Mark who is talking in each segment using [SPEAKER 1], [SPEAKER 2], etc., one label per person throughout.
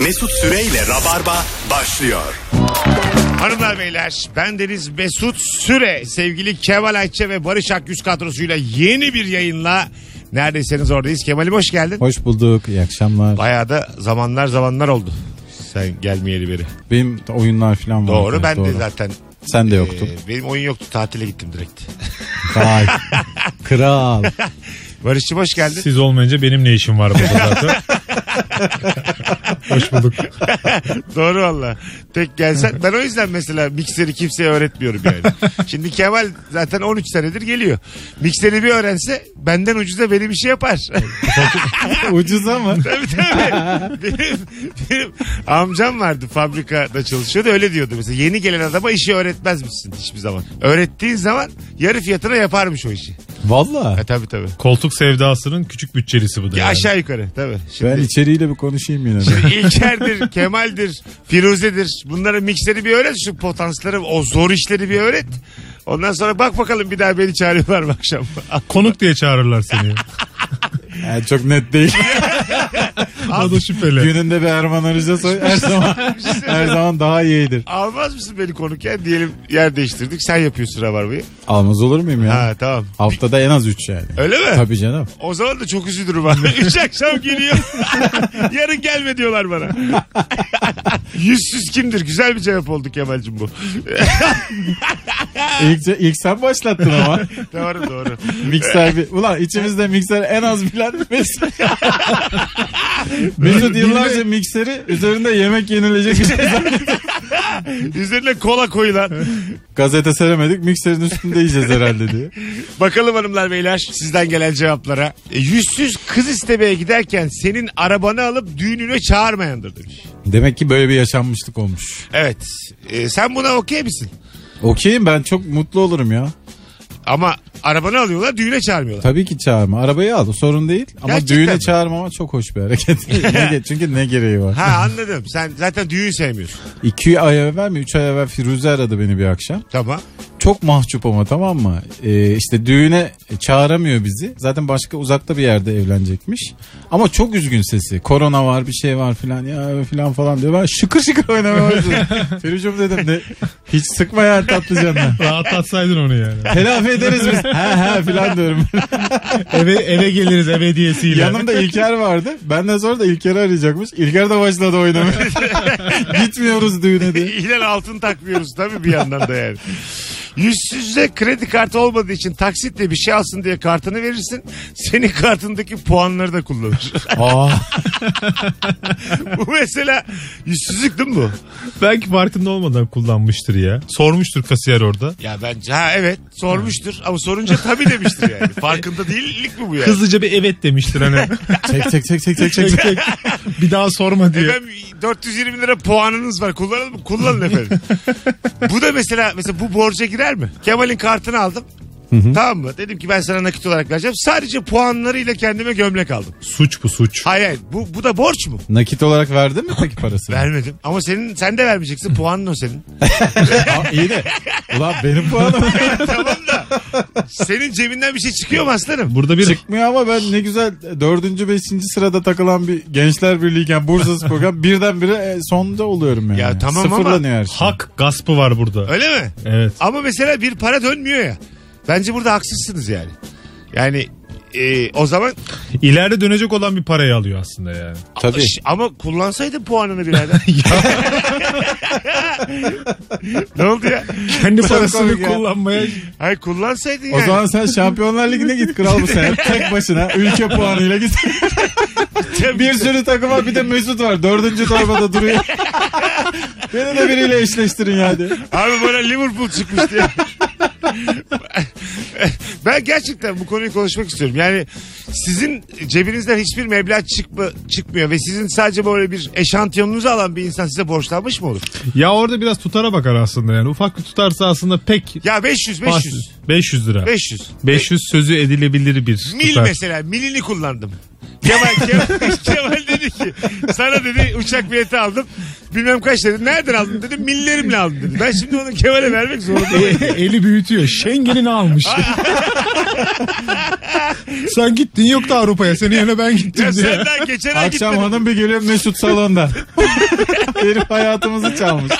[SPEAKER 1] Mesut Süreyle Rabarba başlıyor.
[SPEAKER 2] Hanımlar beyler ben Deniz Mesut Süre sevgili Kemal Ayça ve Barış Akgüz kadrosuyla yeni bir yayınla neredeyseniz oradayız. Kemal'im hoş geldin.
[SPEAKER 3] Hoş bulduk. iyi akşamlar.
[SPEAKER 2] Bayağı da zamanlar zamanlar oldu. Sen gelmeyeli beri.
[SPEAKER 3] Benim de oyunlar falan var.
[SPEAKER 2] Doğru ben de zaten
[SPEAKER 3] Sen de
[SPEAKER 2] e,
[SPEAKER 3] yoktun.
[SPEAKER 2] benim oyun yoktu tatile gittim direkt.
[SPEAKER 3] Vay. Kral.
[SPEAKER 2] Barış'cığım hoş geldin.
[SPEAKER 4] Siz olmayınca benim ne işim var burada zaten. Hoş bulduk.
[SPEAKER 2] Doğru valla. Tek gelsen ben o yüzden mesela mikseri kimseye öğretmiyorum yani. Şimdi Kemal zaten 13 senedir geliyor. Mikseri bir öğrense benden ucuza benim işi yapar.
[SPEAKER 3] Ucuz ama.
[SPEAKER 2] tabii tabii. Benim, benim amcam vardı fabrikada çalışıyordu öyle diyordu mesela yeni gelen adama işi öğretmez misin hiçbir zaman. Öğrettiğin zaman yarı fiyatına yaparmış o işi.
[SPEAKER 3] Valla.
[SPEAKER 2] Ha, tabii tabii.
[SPEAKER 4] Koltuk sevdasının küçük bütçelisi bu da.
[SPEAKER 2] Ya
[SPEAKER 4] yani.
[SPEAKER 2] aşağı yukarı tabii. Şimdi...
[SPEAKER 3] Ben içeriğiyle bir konuşayım yine.
[SPEAKER 2] Şey-
[SPEAKER 3] de.
[SPEAKER 2] İlker'dir, Kemal'dir, Firuze'dir. Bunları mikseri bir öğret. Şu potansları, o zor işleri bir öğret. Ondan sonra bak bakalım bir daha beni çağırıyorlar mı akşam.
[SPEAKER 4] Konuk diye çağırırlar seni.
[SPEAKER 3] Yani çok net değil.
[SPEAKER 4] o da şüpheli.
[SPEAKER 3] Gününde bir Erman Arıca
[SPEAKER 2] Şey-
[SPEAKER 3] soy her zaman her zaman daha iyidir.
[SPEAKER 2] Almaz mısın beni konukken? Diyelim yer değiştirdik. Sen yapıyorsun Rabarba'yı.
[SPEAKER 3] Almaz olur muyum ya?
[SPEAKER 2] Ha tamam.
[SPEAKER 3] Haftada en az 3 yani.
[SPEAKER 2] Öyle mi?
[SPEAKER 3] Tabii canım.
[SPEAKER 2] O zaman da çok üzülürüm abi. Üç akşam geliyor. Yarın gelme diyorlar bana. Yüzsüz kimdir? Güzel bir cevap oldu Kemal'cim bu.
[SPEAKER 3] İlk, ilk sen başlattın ama.
[SPEAKER 2] doğru doğru.
[SPEAKER 3] mikser bir. Ulan içimizde mikser en az bilen Mesut. Mesut yıllarca mikseri üzerinde yemek yenilecek bir şey
[SPEAKER 2] Üzerine kola koyulan.
[SPEAKER 3] Gazete seremedik mikserin üstünde yiyeceğiz herhalde diye.
[SPEAKER 2] Bakalım hanımlar beyler sizden gelen cevaplara. E, yüzsüz kız istemeye giderken senin arabanı alıp düğününe çağırmayandır demiş.
[SPEAKER 3] Demek ki böyle bir yaşanmışlık olmuş.
[SPEAKER 2] Evet. E, sen buna okey misin?
[SPEAKER 3] Okeyim ben çok mutlu olurum ya.
[SPEAKER 2] Ama arabanı alıyorlar düğüne çağırmıyorlar.
[SPEAKER 3] Tabii ki çağırma. Arabayı al sorun değil. Ama
[SPEAKER 2] Gerçekten
[SPEAKER 3] düğüne
[SPEAKER 2] mi?
[SPEAKER 3] çağırmama çok hoş bir hareket. Ne ge- Çünkü ne gereği var?
[SPEAKER 2] Ha anladım. Sen zaten düğün sevmiyorsun.
[SPEAKER 3] İki ay evvel mi? Üç ay evvel Firuze aradı beni bir akşam.
[SPEAKER 2] Tamam.
[SPEAKER 3] Çok mahcup ama tamam mı? Ee, işte düğüne çağıramıyor bizi. Zaten başka uzakta bir yerde evlenecekmiş. Ama çok üzgün sesi. Korona var bir şey var filan ya filan falan diyor. Ben şıkır şıkır oynamaya başladım. Firuzcum dedim ne? Hiç sıkma ya tatlı canına.
[SPEAKER 4] Rahatlatsaydın onu yani.
[SPEAKER 3] Telafi ederiz biz. He he filan diyorum.
[SPEAKER 4] Eve, eve geliriz ev hediyesiyle.
[SPEAKER 3] Yanımda İlker vardı. Benden sonra da İlker'i arayacakmış. İlker de başladı oynamaya. Gitmiyoruz düğüne diye.
[SPEAKER 2] İhlal E, altın takmıyoruz tabii bir yandan da yani. Yüzsüzde kredi kartı olmadığı için taksitle bir şey alsın diye kartını verirsin. Senin kartındaki puanları da kullanır.
[SPEAKER 3] Aa,
[SPEAKER 2] bu mesela yüzsüzlük değil mi bu?
[SPEAKER 4] Belki farkında olmadan kullanmıştır ya. Sormuştur kasiyer orada.
[SPEAKER 2] Ya bence ha evet sormuştur ama sorunca tabii demiştir yani. Farkında değillik mi bu yani?
[SPEAKER 4] Hızlıca bir evet demiştir hani.
[SPEAKER 3] çek çek çek çek çek çek.
[SPEAKER 4] Çek, çek. bir daha sorma diye.
[SPEAKER 2] Efendim 420 lira puanınız var. Kullanalım mı? Kullanın efendim. bu da mesela mesela bu borca girer mi? Kemal'in kartını aldım. Tamam mı? Dedim ki ben sana nakit olarak vereceğim. Sadece puanlarıyla kendime gömlek aldım.
[SPEAKER 4] Suç bu suç.
[SPEAKER 2] Hayır, hayır. Bu, bu da borç mu?
[SPEAKER 3] Nakit olarak verdin mi peki parasını?
[SPEAKER 2] Vermedim. Ama senin sen de vermeyeceksin. Puanın o senin.
[SPEAKER 3] Aa, iyi de. Ulan benim puanım
[SPEAKER 2] tamam da. Senin cebinden bir şey çıkıyor mu aslanım?
[SPEAKER 4] Burada bir
[SPEAKER 3] çıkmıyor ama ben ne güzel dördüncü beşinci sırada takılan bir Gençler Birliği'yken Bursa Spor'dan birdenbire e, sonda oluyorum yani.
[SPEAKER 2] Ya tamam ama
[SPEAKER 3] Sıfırlanıyor her şey.
[SPEAKER 4] hak gaspı var burada.
[SPEAKER 2] Öyle mi?
[SPEAKER 4] Evet.
[SPEAKER 2] Ama mesela bir para dönmüyor ya. Bence burada haksızsınız yani. Yani e, o zaman
[SPEAKER 4] İleride dönecek olan bir parayı alıyor aslında yani.
[SPEAKER 3] Tabii.
[SPEAKER 2] Ş- ama kullansaydın puanını birader. ne oldu ya?
[SPEAKER 4] Kendi
[SPEAKER 3] parasını
[SPEAKER 4] parasını kullanmaya
[SPEAKER 2] Hayır kullansaydın
[SPEAKER 3] O
[SPEAKER 2] yani.
[SPEAKER 3] zaman sen Şampiyonlar Ligi'ne git kral bu sene. Tek başına ülke puanıyla git. bir sürü takım var bir de Mesut var. Dördüncü torbada duruyor. Beni de biriyle eşleştirin yani.
[SPEAKER 2] Abi bana Liverpool çıkmış diye. ben gerçekten bu konuyu konuşmak istiyorum. Yani sizin cebinizden hiçbir meblağ çıkma, çıkmıyor ve sizin sadece böyle bir eşantiyonunuzu alan bir insan size borçlanmış mı olur?
[SPEAKER 4] Ya orada biraz tutara bakar aslında yani. Ufak bir tutarsa aslında pek...
[SPEAKER 2] Ya 500 500
[SPEAKER 4] 500 lira.
[SPEAKER 2] 500.
[SPEAKER 4] 500 sözü edilebilir bir
[SPEAKER 2] Mil
[SPEAKER 4] tutar.
[SPEAKER 2] mesela milini kullandım. Kemal, Kemal, Kemal dedi ki sana dedi uçak bileti aldım. bilmem kaç dedi. Nereden aldın dedim. Millerimle aldım dedi. Ben şimdi onu Kemal'e vermek zorundayım.
[SPEAKER 5] Eli büyütüyor. Schengen'ini almış. sen gittin yoktu Avrupa'ya. Senin yerine ben gittim
[SPEAKER 2] ya
[SPEAKER 5] diye.
[SPEAKER 2] sen daha geçen ay
[SPEAKER 3] Akşam
[SPEAKER 2] gitmedin.
[SPEAKER 3] hanım bir geliyor Mesut salonda. Herif hayatımızı çalmış.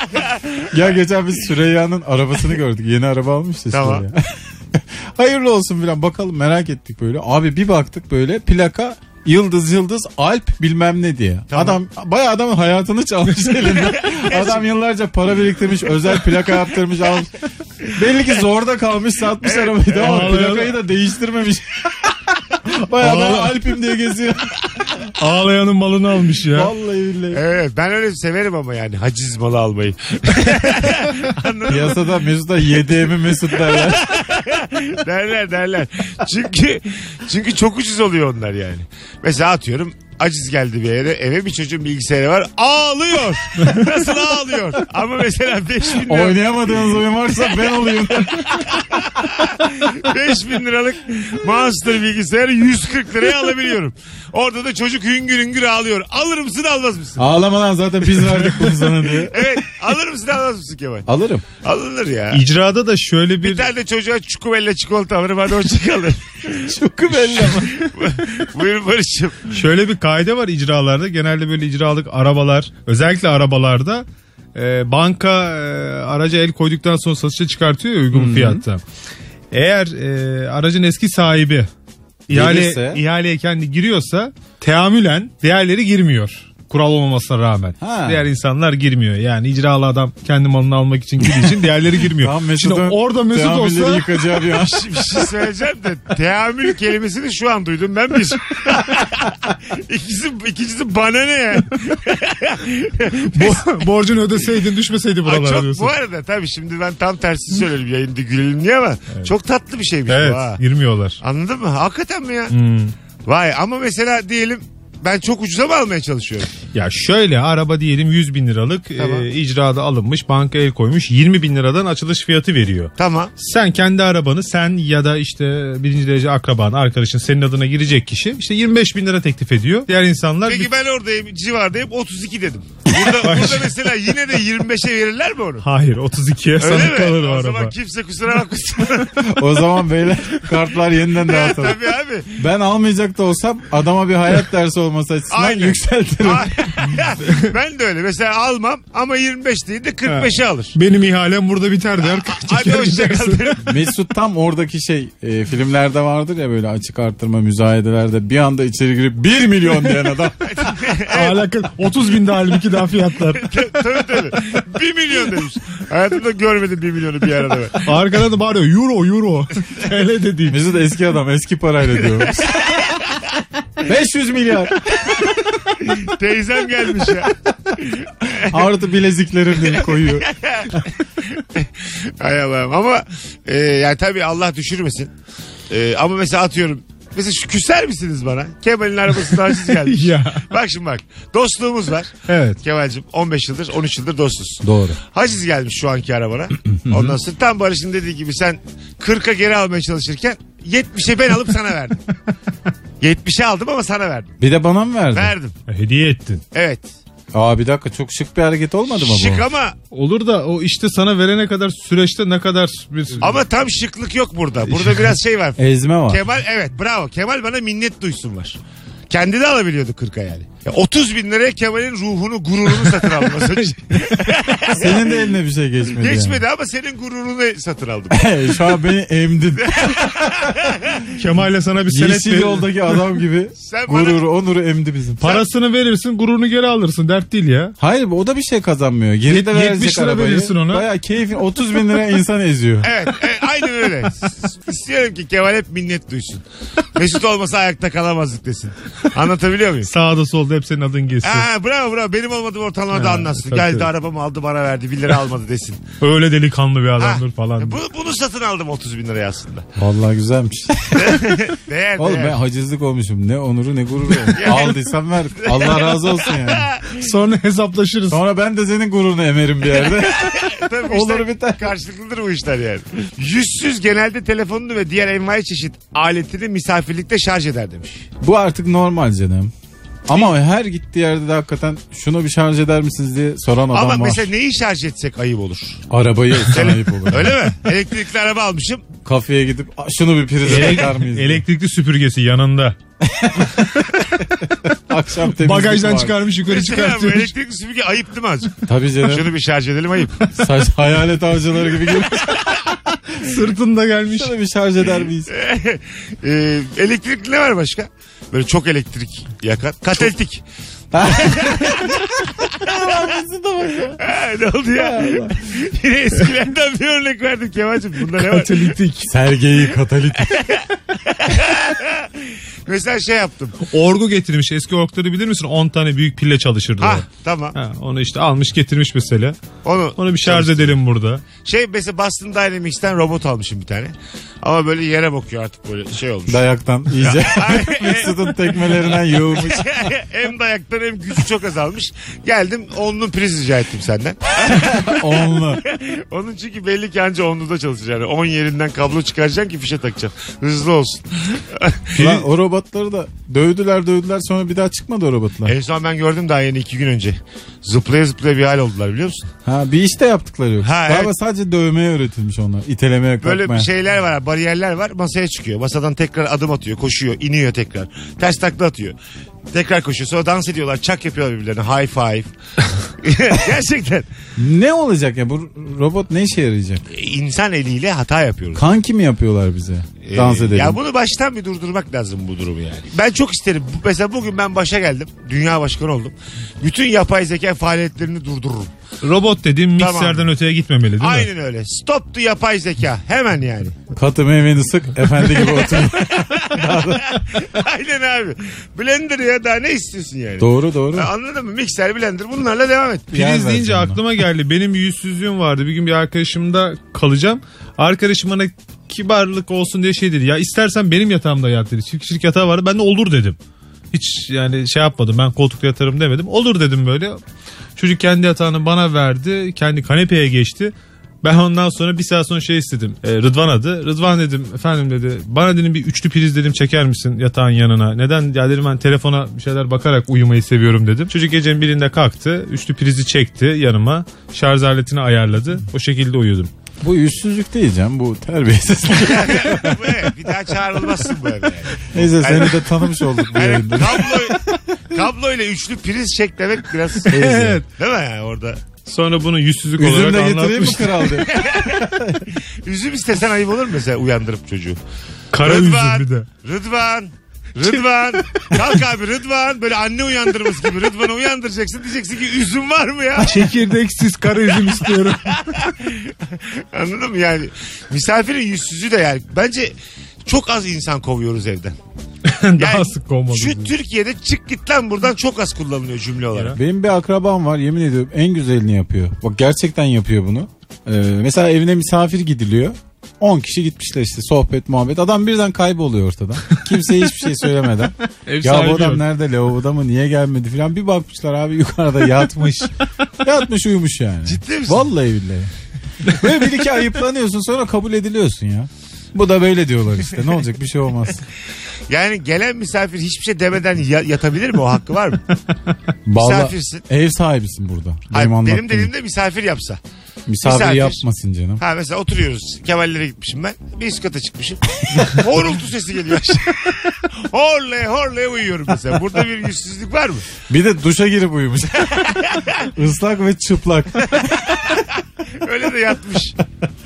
[SPEAKER 3] Ya geçen biz Süreyya'nın arabasını gördük. Yeni araba almış da
[SPEAKER 2] Tamam.
[SPEAKER 3] Süreyya. Hayırlı olsun filan bakalım merak ettik böyle. Abi bir baktık böyle plaka Yıldız yıldız Alp bilmem ne diye. Adam bayağı adamın hayatını çalmış elinden. Adam yıllarca para biriktirmiş, özel plaka yaptırmış almış. Belli ki zorda kalmış satmış arabayı da ama
[SPEAKER 5] Ağlıyor.
[SPEAKER 3] plakayı da değiştirmemiş. bayağı ben Alp'im diye geziyor.
[SPEAKER 5] Ağlayanın malını almış ya.
[SPEAKER 3] Vallahi billahi.
[SPEAKER 2] Evet ben öyle severim ama yani haciz malı almayı.
[SPEAKER 3] Piyasada Mesut'a YDM Mesut derler.
[SPEAKER 2] derler derler. Çünkü çünkü çok ucuz oluyor onlar yani. Mesela atıyorum aciz geldi bir yere eve bir çocuğun bilgisayarı var ağlıyor. Nasıl ağlıyor? Ama mesela 5000 lira,
[SPEAKER 3] Oynayamadığınız oyun varsa ben olayım.
[SPEAKER 2] 5000 liralık monster bilgisayarı 140 liraya alabiliyorum. Orada da çocuk hüngür hüngür ağlıyor. Alır mısın almaz mısın?
[SPEAKER 3] Ağlamadan zaten biz verdik bunu sana diye.
[SPEAKER 2] Evet alır mısın almaz mısın Kemal?
[SPEAKER 3] Alırım.
[SPEAKER 2] Alınır ya.
[SPEAKER 4] İcrada da şöyle
[SPEAKER 2] Bir
[SPEAKER 4] bir
[SPEAKER 2] tane de çocuğa çukumella çikolata alırım hadi hoşçakalın.
[SPEAKER 3] Çok belli ama.
[SPEAKER 2] Buyurun Barış'ım.
[SPEAKER 4] şöyle bir kaide var icralarda. Genelde böyle icralık arabalar özellikle arabalarda e, banka e, araca el koyduktan sonra satışa çıkartıyor ya uygun fiyatta. Eğer e, aracın eski sahibi ihale,
[SPEAKER 3] Gelirse-
[SPEAKER 4] ihaleye kendi giriyorsa teamülen diğerleri girmiyor. Kural olmamasına rağmen.
[SPEAKER 3] Ha.
[SPEAKER 4] Diğer insanlar girmiyor. Yani icralı adam kendi malını almak için girdiği için diğerleri girmiyor.
[SPEAKER 3] Tam Mesut'un
[SPEAKER 4] Şimdi orada Mesut
[SPEAKER 3] teamülleri
[SPEAKER 4] olsa
[SPEAKER 3] yıkacağı bir an.
[SPEAKER 2] bir şey söyleyeceğim de teamül kelimesini şu an duydum ben bir. İkisi, ikincisi bana ne ya?
[SPEAKER 5] Bo- borcunu ödeseydin düşmeseydi
[SPEAKER 2] Ay
[SPEAKER 5] buralara
[SPEAKER 2] çok,
[SPEAKER 5] diyorsun.
[SPEAKER 2] bu arada tabii şimdi ben tam tersini söylerim yayında gülelim diye ama çok tatlı bir şeymiş
[SPEAKER 4] evet
[SPEAKER 2] bu ha.
[SPEAKER 4] girmiyorlar.
[SPEAKER 2] Anladın mı? Hakikaten mi ya?
[SPEAKER 4] Hmm.
[SPEAKER 2] Vay ama mesela diyelim ben çok ucuza mı almaya çalışıyorum?
[SPEAKER 4] Ya şöyle araba diyelim 100 bin liralık
[SPEAKER 2] Tamam.
[SPEAKER 4] e, icrada alınmış banka el koymuş 20 bin liradan açılış fiyatı veriyor.
[SPEAKER 2] Tamam.
[SPEAKER 4] Sen kendi arabanı sen ya da işte birinci derece akraban arkadaşın senin adına girecek kişi işte 25 bin lira teklif ediyor. Diğer insanlar bir-
[SPEAKER 2] Peki ben oradayım civardayım 32 dedim. Burada, burada mesela yine de 25'e verirler mi onu?
[SPEAKER 4] hayır 32'ye
[SPEAKER 2] Öyle
[SPEAKER 4] sana kalır
[SPEAKER 2] mi?
[SPEAKER 4] o
[SPEAKER 2] O
[SPEAKER 4] araba.
[SPEAKER 2] zaman kimse kusura bakmasın.
[SPEAKER 3] O zaman beyler kartlar yeniden dağıtalım.
[SPEAKER 2] tabii abi.
[SPEAKER 3] Ben almayacak da olsam adama bir hayat dersi olması açısından
[SPEAKER 2] Aynen.
[SPEAKER 3] yükseltirim.
[SPEAKER 2] Ay, ben de öyle. Mesela almam ama 25 değil de 45'e alır.
[SPEAKER 4] Benim ihalem burada biter der.
[SPEAKER 2] Hadi hoşçakal derim.
[SPEAKER 3] Mesut tam oradaki şey e, filmlerde vardır ya böyle açık artırma müzayedelerde bir anda içeri girip 1 milyon diyen adam.
[SPEAKER 5] Alaka 30 binde halbuki daha fiyatlar.
[SPEAKER 2] tabii tabii. 1 milyon demiş. Hayatımda görmedim 1 milyonu bir arada ben.
[SPEAKER 5] Arkada da bağırıyor euro euro. TL de değil.
[SPEAKER 3] Mesut eski adam eski parayla diyor. 500 milyar
[SPEAKER 2] Teyzem gelmiş ya.
[SPEAKER 3] artı bileziklerini koyuyor.
[SPEAKER 2] Hay Allah'ım ama e, yani tabii Allah düşürmesin. E, ama mesela atıyorum Mesela şu küser misiniz bana? Kemal'in arabası taciz gelmiş.
[SPEAKER 5] Ya.
[SPEAKER 2] Bak şimdi bak. Dostluğumuz var.
[SPEAKER 5] Evet.
[SPEAKER 2] Kemal'cim 15 yıldır 13 yıldır dostuz.
[SPEAKER 3] Doğru.
[SPEAKER 2] Haciz gelmiş şu anki arabana. Ondan sonra tam Barış'ın dediği gibi sen 40'a geri almaya çalışırken 70'e ben alıp sana verdim. 70'e aldım ama sana verdim.
[SPEAKER 3] Bir de bana mı verdin?
[SPEAKER 2] Verdim.
[SPEAKER 4] Hediye ettin.
[SPEAKER 2] Evet.
[SPEAKER 3] Aa bir dakika çok şık bir hareket olmadı mı
[SPEAKER 2] Şık
[SPEAKER 3] bu?
[SPEAKER 2] ama
[SPEAKER 4] Olur da o işte sana verene kadar süreçte ne kadar bir...
[SPEAKER 2] ama tam şıklık yok burada. Burada biraz şey var.
[SPEAKER 3] Ezme var.
[SPEAKER 2] Kemal evet bravo. Kemal bana minnet duysun var. Kendi de alabiliyordu 40'a yani. Ya 30 bin liraya Kemal'in ruhunu gururunu satın alması.
[SPEAKER 3] Senin de eline bir şey geçmedi. yani.
[SPEAKER 2] Geçmedi ama senin gururunu satın aldım.
[SPEAKER 3] Şu an beni emdin.
[SPEAKER 4] Kemal'le sana bir senet
[SPEAKER 3] Yeşil
[SPEAKER 4] verir.
[SPEAKER 3] yoldaki adam gibi
[SPEAKER 2] Sen bana-
[SPEAKER 3] gurur, onuru emdi bizim.
[SPEAKER 4] Parasını verirsin gururunu geri alırsın dert değil ya.
[SPEAKER 3] Hayır o da bir şey kazanmıyor. Geri de
[SPEAKER 4] Yet-
[SPEAKER 3] verecek
[SPEAKER 4] 70 lira
[SPEAKER 3] arabayı.
[SPEAKER 4] verirsin ona.
[SPEAKER 3] Baya keyfin 30 bin lira insan eziyor.
[SPEAKER 2] Evet, e, aynen öyle. İstiyorum ki Kemal hep minnet duysun. Mesut olmasa ayakta kalamazdık desin. Anlatabiliyor muyum?
[SPEAKER 4] Sağda solda hep senin adın geçsin.
[SPEAKER 2] Ha, bravo bravo benim olmadığım ortamlarda anlatsın.
[SPEAKER 4] tabii,
[SPEAKER 2] Geldi
[SPEAKER 4] tabii.
[SPEAKER 2] arabamı aldı bana verdi 1 lira almadı desin.
[SPEAKER 4] Öyle delikanlı bir
[SPEAKER 2] Ha, E
[SPEAKER 4] adamdır falan.
[SPEAKER 2] Bu, bunu satın aldım 30 bin liraya aslında.
[SPEAKER 3] Vallahi güzelmiş.
[SPEAKER 2] Değer
[SPEAKER 3] Oğlum
[SPEAKER 2] değer.
[SPEAKER 3] ben hacizlik olmuşum. Ne onuru ne gururu. Aldıysan ver. Allah razı olsun yani.
[SPEAKER 5] Sonra hesaplaşırız.
[SPEAKER 3] Sonra ben de senin gururunu emerim bir yerde.
[SPEAKER 2] Tabii
[SPEAKER 3] Olur
[SPEAKER 2] işler
[SPEAKER 3] biter.
[SPEAKER 2] Karşılıklıdır bu işler yani. Yüzsüz genelde telefonunu ve diğer envai çeşit aletini misafirlikte şarj eder demiş.
[SPEAKER 3] Bu artık normal canım. Ama her gittiği yerde de hakikaten şunu bir şarj eder misiniz diye soran adam
[SPEAKER 2] Ama
[SPEAKER 3] var.
[SPEAKER 2] mesela neyi şarj etsek ayıp olur.
[SPEAKER 3] Arabayı sahip olur.
[SPEAKER 2] Öyle mi? Elektrikli araba almışım.
[SPEAKER 3] Kafeye gidip "A, şunu bir prize
[SPEAKER 4] Elek-
[SPEAKER 3] takar mıyız? diye.
[SPEAKER 4] elektrikli süpürgesi yanında.
[SPEAKER 3] Akşam temizlik
[SPEAKER 5] Bagajdan
[SPEAKER 3] var.
[SPEAKER 5] çıkarmış yukarı
[SPEAKER 2] Mesela bu
[SPEAKER 5] çıkartıyor.
[SPEAKER 2] elektrikli süpürge ayıp değil mi azıcık?
[SPEAKER 3] Tabii canım.
[SPEAKER 2] Şunu bir şarj edelim ayıp.
[SPEAKER 3] Saç, hayalet avcıları gibi geliyor.
[SPEAKER 4] Sırtında gelmiş.
[SPEAKER 3] Şunu bir şarj eder miyiz?
[SPEAKER 2] Ee, elektrikli ne var başka? Böyle çok elektrik yakan. Katalitik. Ha, ne oldu ya? Yine eskilerden bir örnek verdim Kemal'cim. Bunda ne var?
[SPEAKER 5] Katalitik.
[SPEAKER 3] Sergeyi katalitik.
[SPEAKER 2] Mesela şey yaptım.
[SPEAKER 4] Orgu getirmiş. Eski orgları bilir misin? 10 tane büyük pille çalışırdı.
[SPEAKER 2] Ha
[SPEAKER 4] o.
[SPEAKER 2] tamam.
[SPEAKER 4] Ha, onu işte almış getirmiş mesela.
[SPEAKER 2] Onu,
[SPEAKER 4] Onu bir şarj edelim burada.
[SPEAKER 2] Şey mesela Boston Dynamics'ten robot almışım bir tane. Ama böyle yere bakıyor artık böyle şey olmuş.
[SPEAKER 3] Dayaktan iyice.
[SPEAKER 2] Ay,
[SPEAKER 3] Mesut'un tekmelerinden yoğurmuş.
[SPEAKER 2] hem dayaktan hem gücü çok azalmış. Geldim onlu priz rica ettim senden.
[SPEAKER 3] Onlu.
[SPEAKER 2] Onun çünkü belli ki anca onluda çalışacaksın. Yani 10 yerinden kablo çıkaracaksın ki fişe takacaksın. Hızlı olsun.
[SPEAKER 3] Lan o robotları da dövdüler dövdüler sonra bir daha çıkmadı o robotlar.
[SPEAKER 2] en son ben gördüm daha yeni 2 gün önce. Zıplaya zıplaya bir hal oldular biliyor musun?
[SPEAKER 3] Ha bir işte yaptıkları yok.
[SPEAKER 2] Ha,
[SPEAKER 3] Galiba
[SPEAKER 2] evet.
[SPEAKER 3] sadece dövmeye öğretilmiş onlar. İtelemeye
[SPEAKER 2] Böyle
[SPEAKER 3] kalkmaya.
[SPEAKER 2] bir şey- şeyler var. Bariyerler var. Masaya çıkıyor. Masadan tekrar adım atıyor. Koşuyor. iniyor tekrar. Ters takla atıyor. Tekrar koşuyor. Sonra dans ediyorlar. Çak yapıyorlar birbirlerine. High five. Gerçekten.
[SPEAKER 3] Ne olacak ya bu robot ne işe yarayacak?
[SPEAKER 2] İnsan eliyle hata yapıyoruz.
[SPEAKER 3] Kanki mi yapıyorlar bize? Dans
[SPEAKER 2] Ee,
[SPEAKER 3] edelim.
[SPEAKER 2] Ya bunu baştan bir durdurmak lazım bu durumu yani. Ben çok isterim. Bu- Mesela bugün ben başa geldim. Dünya başkanı oldum. Bütün yapay zeka faaliyetlerini durdururum.
[SPEAKER 4] Robot dediğim
[SPEAKER 2] Tamam.
[SPEAKER 4] mikserden öteye gitmemeli değil mi?
[SPEAKER 2] Aynen öyle. Stop the yapay zeka. Hemen yani.
[SPEAKER 3] Katı meyveni sık efendi gibi otur.
[SPEAKER 2] Aynen abi. Blender ya daha ne istiyorsun yani?
[SPEAKER 3] doğru doğru.
[SPEAKER 2] Ha, E, Anladın mı? Mikser, blender bunlarla devam et.
[SPEAKER 3] Yer
[SPEAKER 4] Priz
[SPEAKER 3] ver
[SPEAKER 4] deyince
[SPEAKER 3] canına.
[SPEAKER 4] aklıma geldi. Benim bir yüzsüzlüğüm vardı. Bir gün bir arkadaşımda kalacağım. Arkadaşım bana kibarlık olsun diye şey dedi. Ya istersen benim yatağımda yat dedi. Çünkü şirk yatağı vardı. Ben de olur dedim. Hiç yani şey yapmadım. Ben koltukta yatarım demedim. Olur dedim böyle. Çocuk kendi yatağını bana verdi. Kendi kanepeye geçti. Ben ondan sonra bir saat sonra şey istedim. Ee, Rıdvan adı. Rıdvan dedim efendim dedi. Bana dedim bir üçlü priz dedim çeker misin yatağın yanına? Neden? Ya dedim ben telefona bir şeyler bakarak uyumayı seviyorum dedim. Çocuk gecenin birinde kalktı. Üçlü prizi çekti yanıma. Şarj aletini ayarladı. O şekilde uyudum.
[SPEAKER 3] Bu yüzsüzlük değil Cem bu terbiyesizlik.
[SPEAKER 2] Bu ne? bir daha çağrılmazsın bu eve. yani.
[SPEAKER 3] Neyse seni de tanımış olduk bu
[SPEAKER 2] Yani
[SPEAKER 3] yayında.
[SPEAKER 2] kablo, kablo ile üçlü priz çek demek biraz
[SPEAKER 3] Evet.
[SPEAKER 2] Değil mi yani orada?
[SPEAKER 4] Sonra bunu yüzsüzlük
[SPEAKER 3] Üzüm
[SPEAKER 4] olarak
[SPEAKER 3] de getireyim mi
[SPEAKER 4] anlatmıştım.
[SPEAKER 3] kral diye.
[SPEAKER 2] Üzüm istesen ayıp olur mu mesela uyandırıp çocuğu?
[SPEAKER 4] Kara üzüm bir de.
[SPEAKER 2] Rıdvan. Rıdvan. Kalk abi Rıdvan. Böyle anne uyandırması gibi Rıdvan'ı uyandıracaksın. Diyeceksin ki üzüm var mı ya?
[SPEAKER 5] Çekirdeksiz kara üzüm istiyorum.
[SPEAKER 2] Anladın mı yani? Misafirin yüzsüzü de yani. Bence çok az insan kovuyoruz evden.
[SPEAKER 4] Daha
[SPEAKER 2] Yani
[SPEAKER 4] sık olmalı.
[SPEAKER 2] Şu Türkiye'de çık git lan buradan çok az kullanılıyor cümle olarak.
[SPEAKER 3] Benim bir akrabam var yemin ediyorum en güzelini yapıyor. Bak gerçekten yapıyor bunu. Ee, mesela evine misafir gidiliyor. 10 kişi gitmişler işte sohbet muhabbet. Adam birden kayboluyor ortadan. Kimseye hiçbir şey söylemeden.
[SPEAKER 4] Ev
[SPEAKER 3] ya
[SPEAKER 4] sahibi
[SPEAKER 3] bu adam
[SPEAKER 4] yok.
[SPEAKER 3] nerede lavaboda mı niye gelmedi falan. Bir bakmışlar abi yukarıda yatmış. yatmış uyumuş yani.
[SPEAKER 2] Ciddi misin?
[SPEAKER 3] Vallahi billahi. Böyle bir iki ayıplanıyorsun sonra kabul ediliyorsun ya. Bu da böyle diyorlar işte ne olacak bir şey olmaz.
[SPEAKER 2] Yani gelen misafir hiçbir şey demeden ya- yatabilir mi? O hakkı var mı?
[SPEAKER 3] Vallahi
[SPEAKER 2] Misafirsin.
[SPEAKER 3] Ev sahibisin burada.
[SPEAKER 2] Hayır, benim,
[SPEAKER 3] anlattığım.
[SPEAKER 2] dediğimde misafir yapsa.
[SPEAKER 3] misafir,
[SPEAKER 2] misafir.
[SPEAKER 3] yapmasın canım.
[SPEAKER 2] Ha mesela oturuyoruz. Kevallere gitmişim ben. Bir üst kata çıkmışım. Horultu sesi geliyor aşağı. horlaya horlaya uyuyorum mesela. Burada bir yüzsüzlük var mı?
[SPEAKER 3] Bir de duşa girip uyumuş. Islak ve çıplak.
[SPEAKER 2] Öyle de yatmış.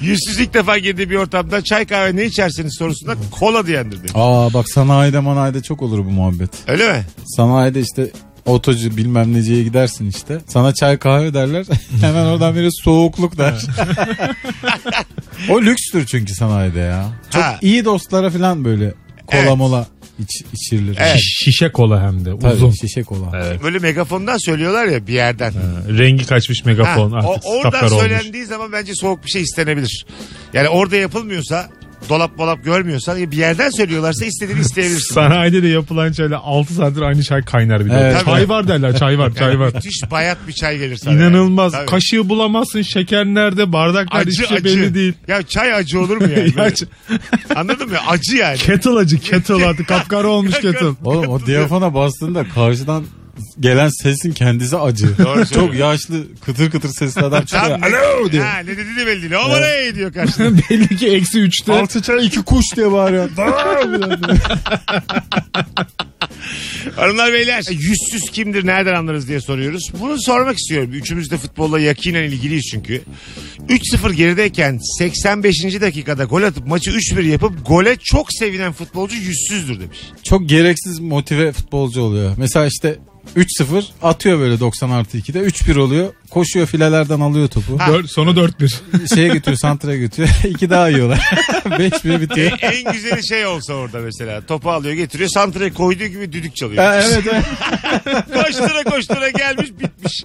[SPEAKER 2] Yüzsüz ilk defa girdiği bir ortamda çay kahve ne içersiniz sorusunda kola diyendir demiş.
[SPEAKER 3] Aa bak sanayide manayide çok olur bu muhabbet.
[SPEAKER 2] Öyle mi?
[SPEAKER 3] Sanayide işte otocu bilmem neciye gidersin işte. Sana çay kahve derler. Hemen oradan biri soğukluk der. o lükstür çünkü sanayide ya. Çok
[SPEAKER 2] Ha.
[SPEAKER 3] iyi dostlara falan böyle kola
[SPEAKER 2] Evet.
[SPEAKER 3] mola iç, içirilir.
[SPEAKER 2] Evet.
[SPEAKER 4] Şişe kola hem de
[SPEAKER 3] Tabii,
[SPEAKER 4] uzun.
[SPEAKER 3] şişe kola.
[SPEAKER 2] Böyle megafondan söylüyorlar ya bir yerden.
[SPEAKER 4] Rengi kaçmış
[SPEAKER 2] Ha,
[SPEAKER 4] megafon
[SPEAKER 2] o,
[SPEAKER 4] artık.
[SPEAKER 2] oradan
[SPEAKER 4] sapkara olmuş.
[SPEAKER 2] söylendiği zaman bence soğuk bir şey istenebilir. Yani orada yapılmıyorsa dolap bolap görmüyorsan bir yerden söylüyorlarsa istediğini isteyebilirsin.
[SPEAKER 4] Sanayide de yapılan çayla 6 saattir aynı çay kaynar bir de.
[SPEAKER 3] Evet.
[SPEAKER 4] Çay var derler çay var çay var.
[SPEAKER 2] Müthiş bayat bir çay gelir sana.
[SPEAKER 4] İnanılmaz.
[SPEAKER 2] Yani. Tabii.
[SPEAKER 4] Kaşığı bulamazsın. Şeker nerede? Bardaklar
[SPEAKER 2] acı
[SPEAKER 4] hiçbir şey
[SPEAKER 2] acı.
[SPEAKER 4] belli değil.
[SPEAKER 2] Ya çay acı olur mu yani?
[SPEAKER 4] Ya
[SPEAKER 2] Böyle-
[SPEAKER 4] ç-
[SPEAKER 2] Anladın mı? Acı yani.
[SPEAKER 4] kettle acı kettle artık kapkara olmuş kettle.
[SPEAKER 3] Oğlum o diyafona bastığında karşıdan gelen sesin kendisi acı.
[SPEAKER 2] Doğru
[SPEAKER 3] Çok
[SPEAKER 2] söylüyorsun.
[SPEAKER 3] yaşlı kıtır kıtır sesli adam çıkıyor.
[SPEAKER 2] Tam ne-
[SPEAKER 3] Alo diyor.
[SPEAKER 2] Ha, ne dediğini belli değil. O bana diyor karşısında.
[SPEAKER 4] belli ki eksi 3'te.
[SPEAKER 3] Altı çay iki kuş diye bağırıyor.
[SPEAKER 2] Hanımlar beyler E, yüzsüz kimdir nereden anlarız diye soruyoruz. Bunu sormak istiyorum. Üçümüz de futbolla yakinen ilgiliyiz çünkü. 3-0 gerideyken 85. dakikada gol atıp maçı 3-1 yapıp gole çok sevinen futbolcu yüzsüzdür demiş.
[SPEAKER 3] Çok gereksiz motive futbolcu oluyor. Mesela işte 3-0 atıyor böyle 90 artı 2'de 3-1 oluyor. Koşuyor filelerden alıyor topu.
[SPEAKER 4] Dört, sonu 4-1.
[SPEAKER 3] Şeye götürüyor santraya götürüyor. 2 daha yiyorlar. 5-1 bitiyor.
[SPEAKER 2] en güzeli şey olsa orada mesela. Topu alıyor getiriyor. Santra'ya koyduğu gibi düdük çalıyor.
[SPEAKER 3] Ha, E, evet evet.
[SPEAKER 2] koştura koştura gelmiş bitmiş.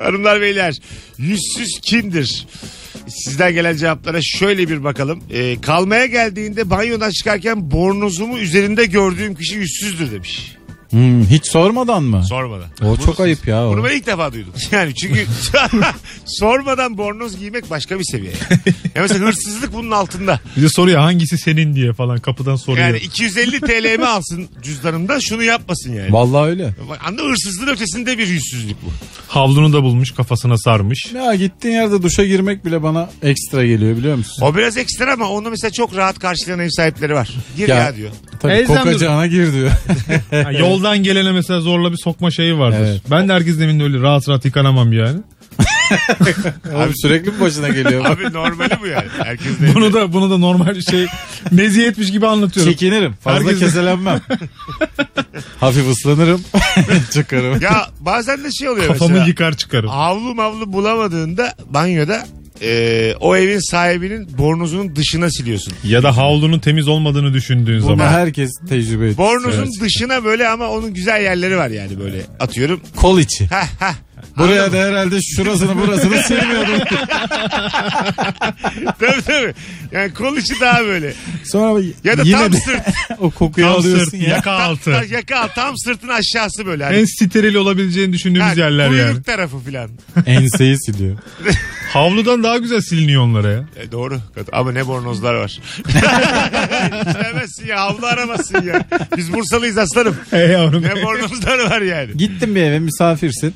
[SPEAKER 2] Hanımlar beyler yüzsüz kimdir? Sizden gelen cevaplara şöyle bir bakalım. Ee, kalmaya geldiğinde banyodan çıkarken bornozumu üzerinde gördüğüm kişi yüzsüzdür demiş.
[SPEAKER 3] Hmm, hiç sormadan mı?
[SPEAKER 2] Sormadan.
[SPEAKER 3] o çok ayıp ya.
[SPEAKER 2] Bunu
[SPEAKER 3] O.
[SPEAKER 2] ben ilk defa duydum. Yani çünkü sormadan bornoz giymek başka bir seviye. Ya mesela hırsızlık bunun altında.
[SPEAKER 4] Bir de soruyor hangisi senin diye falan kapıdan soruyor.
[SPEAKER 2] Yani 250 TL'mi alsın cüzdanımda şunu yapmasın yani.
[SPEAKER 3] Vallahi öyle.
[SPEAKER 2] Anladın mı? hırsızlığın ötesinde bir yüzsüzlük bu.
[SPEAKER 4] Havlunu da bulmuş kafasına sarmış.
[SPEAKER 3] Ya gittiğin yerde duşa girmek bile bana ekstra geliyor biliyor musun?
[SPEAKER 2] O biraz ekstra ama onu mesela çok rahat karşılayan ev sahipleri var. Gir ya,
[SPEAKER 3] Ya.
[SPEAKER 2] diyor.
[SPEAKER 3] Tabii
[SPEAKER 4] Elzem-
[SPEAKER 3] kokacağına gir diyor.
[SPEAKER 4] Ha, yoldan gelene mesela zorla bir sokma şeyi vardır.
[SPEAKER 3] Evet.
[SPEAKER 4] Ben de herkesin evinde öyle rahat rahat yıkanamam yani.
[SPEAKER 3] Abi sürekli mi başına geliyor?
[SPEAKER 2] Abi normali bu yani. Herkes de
[SPEAKER 4] Bunu da bunu da normal şey meziyetmiş gibi anlatıyorum.
[SPEAKER 3] Çekinirim. Fazla
[SPEAKER 4] Herkes-
[SPEAKER 3] keselenmem. Hafif ıslanırım. Çıkarım.
[SPEAKER 2] Ya bazen de şey oluyor
[SPEAKER 4] Kafamı
[SPEAKER 2] mesela.
[SPEAKER 4] yıkar çıkarım.
[SPEAKER 2] Havlu mavlu bulamadığında banyoda e, o evin sahibinin bornozunun dışına siliyorsun.
[SPEAKER 4] Ya da havlunun temiz olmadığını düşündüğün
[SPEAKER 3] Bunu
[SPEAKER 4] zaman.
[SPEAKER 3] herkes tecrübe etsin.
[SPEAKER 2] Bornozun dışına böyle ama onun güzel yerleri var yani böyle atıyorum.
[SPEAKER 3] Kol içi.
[SPEAKER 2] Heh heh.
[SPEAKER 3] Buraya da herhalde şurasını burasını silmiyordum.
[SPEAKER 2] tabii tabii. Yani kol içi daha böyle.
[SPEAKER 3] Sonra
[SPEAKER 2] Ya da
[SPEAKER 3] yine
[SPEAKER 2] tam
[SPEAKER 3] de
[SPEAKER 2] sırt.
[SPEAKER 3] o kokuyu
[SPEAKER 4] Tam
[SPEAKER 3] alıyorsun
[SPEAKER 4] sırt,
[SPEAKER 3] ya.
[SPEAKER 4] yaka altı.
[SPEAKER 2] Tam, yaka tam sırtın aşağısı böyle. Hani.
[SPEAKER 4] En steril olabileceğini düşündüğümüz
[SPEAKER 2] Ha,
[SPEAKER 4] yerler
[SPEAKER 2] kuyruk
[SPEAKER 4] yani.
[SPEAKER 2] tarafı filan.
[SPEAKER 3] Enseyi siliyor.
[SPEAKER 4] Havludan daha güzel siliniyor onlara ya.
[SPEAKER 2] E doğru. Ama ne bornozlar var. İstemezsin ya. Havlu aramazsın ya. Biz Bursalıyız aslanım.
[SPEAKER 4] Ey yavrum.
[SPEAKER 2] Ne bornozlar var yani.
[SPEAKER 3] Gittin bir eve misafirsin.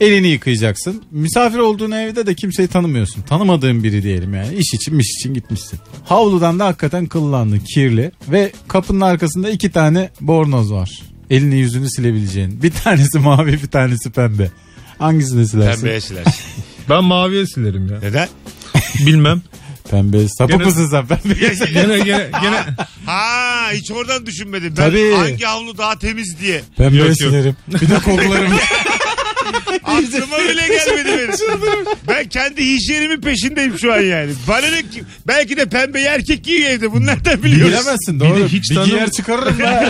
[SPEAKER 3] Elini yıkayacaksın. Misafir olduğun evde de kimseyi tanımıyorsun. Tanımadığın biri diyelim yani. İş için miş için gitmişsin. Havludan da hakikaten kıllandı kirli. Ve kapının arkasında iki tane bornoz var. Elini yüzünü silebileceğin. Bir tanesi mavi bir tanesi pembe. Hangisini silersin? Pembe.
[SPEAKER 2] Pembeye silersin.
[SPEAKER 4] Ben maviye silerim ya.
[SPEAKER 2] Neden?
[SPEAKER 4] Bilmem.
[SPEAKER 3] Sapık
[SPEAKER 4] Gene-
[SPEAKER 3] mısın sen pembe?
[SPEAKER 4] Gene gene gene
[SPEAKER 2] Ha hiç oradan düşünmedim. Ben
[SPEAKER 3] Tabii.
[SPEAKER 2] hangi havlu daha temiz diye.
[SPEAKER 3] Pembe
[SPEAKER 4] Yok, yok.
[SPEAKER 3] silerim. Bir de koklarım.
[SPEAKER 2] Aklıma bile gelmedi benim. ben kendi hijyenimin peşindeyim şu an yani. Bana ne ki- belki de pembeyi erkek giyiyor evde. Bunu nereden biliyoruz?
[SPEAKER 3] Bilemezsin
[SPEAKER 4] Bir de
[SPEAKER 3] doğru. Bir,
[SPEAKER 4] hiç
[SPEAKER 3] bir
[SPEAKER 4] tanım-
[SPEAKER 3] giyer çıkarırım ben.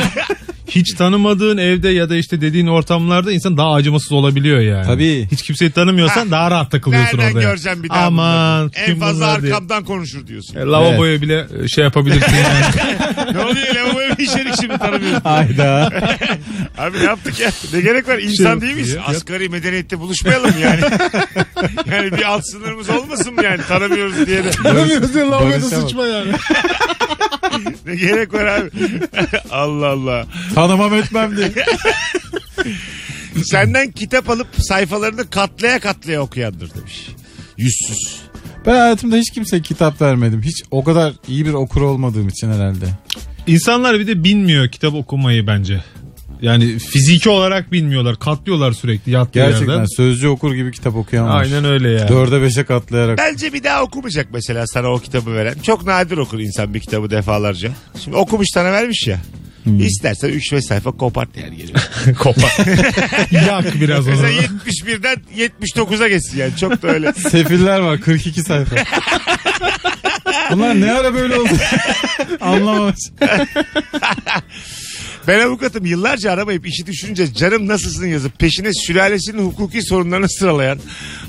[SPEAKER 4] hiç tanımadığın evde ya da işte dediğin ortamlarda insan daha acımasız olabiliyor yani.
[SPEAKER 3] Tabii.
[SPEAKER 4] Hiç kimseyi tanımıyorsan
[SPEAKER 2] Ha.
[SPEAKER 4] daha rahat takılıyorsun
[SPEAKER 2] Nereden
[SPEAKER 4] orada. ya.
[SPEAKER 2] göreceğim bir daha
[SPEAKER 4] Aman
[SPEAKER 2] bunları? En
[SPEAKER 4] kim
[SPEAKER 2] fazla
[SPEAKER 4] bunlar diye.
[SPEAKER 2] arkamdan konuşur diyorsun.
[SPEAKER 4] E, Lavaboya bile şey yapabilirsin yani.
[SPEAKER 2] ne oluyor lavaboya bir işerik şimdi tanımıyorum.
[SPEAKER 3] Hayda.
[SPEAKER 2] Abi ne yaptık ya? Ne gerek var? İnsan değil miyiz? Asgari medeniyette buluşmayalım yani. yani bir alt sınırımız olmasın mı yani? Tanımıyoruz diye de.
[SPEAKER 4] Tanımıyorsun
[SPEAKER 3] lavaboya da sıçma
[SPEAKER 4] yani.
[SPEAKER 2] Ne gerek var abi? Allah Allah.
[SPEAKER 3] Tanımam etmem diye.
[SPEAKER 2] Senden kitap alıp sayfalarını katlaya katlaya okuyandır demiş. Yüzsüz.
[SPEAKER 3] Ben hayatımda hiç kimseye kitap vermedim. Hiç o kadar iyi bir okur olmadığım için herhalde.
[SPEAKER 4] İnsanlar bir de bilmiyor kitap okumayı bence. Yani fiziki olarak bilmiyorlar. Katlıyorlar sürekli yattığı
[SPEAKER 3] Gerçekten
[SPEAKER 4] yerden.
[SPEAKER 3] sözcü okur gibi kitap okuyan var.
[SPEAKER 4] Aynen öyle yani.
[SPEAKER 3] Dörde beşe katlayarak.
[SPEAKER 2] Bence bir daha okumayacak mesela sana o kitabı veren. Çok nadir okur insan bir kitabı defalarca. Şimdi okumuş sana vermiş ya. İstersen 3-5 sayfa kopart yani geliyor.
[SPEAKER 4] Kopar. Yak biraz onu.
[SPEAKER 2] Mesela 71'den 79'a geçsin yani çok da öyle.
[SPEAKER 3] Sefiller var 42 sayfa. Bunlar ne ara böyle oldu? Anlamamış.
[SPEAKER 2] Ben avukatım yıllarca aramayıp işi düşünce canım nasılsın yazıp peşine sülalesinin hukuki sorunlarını sıralayan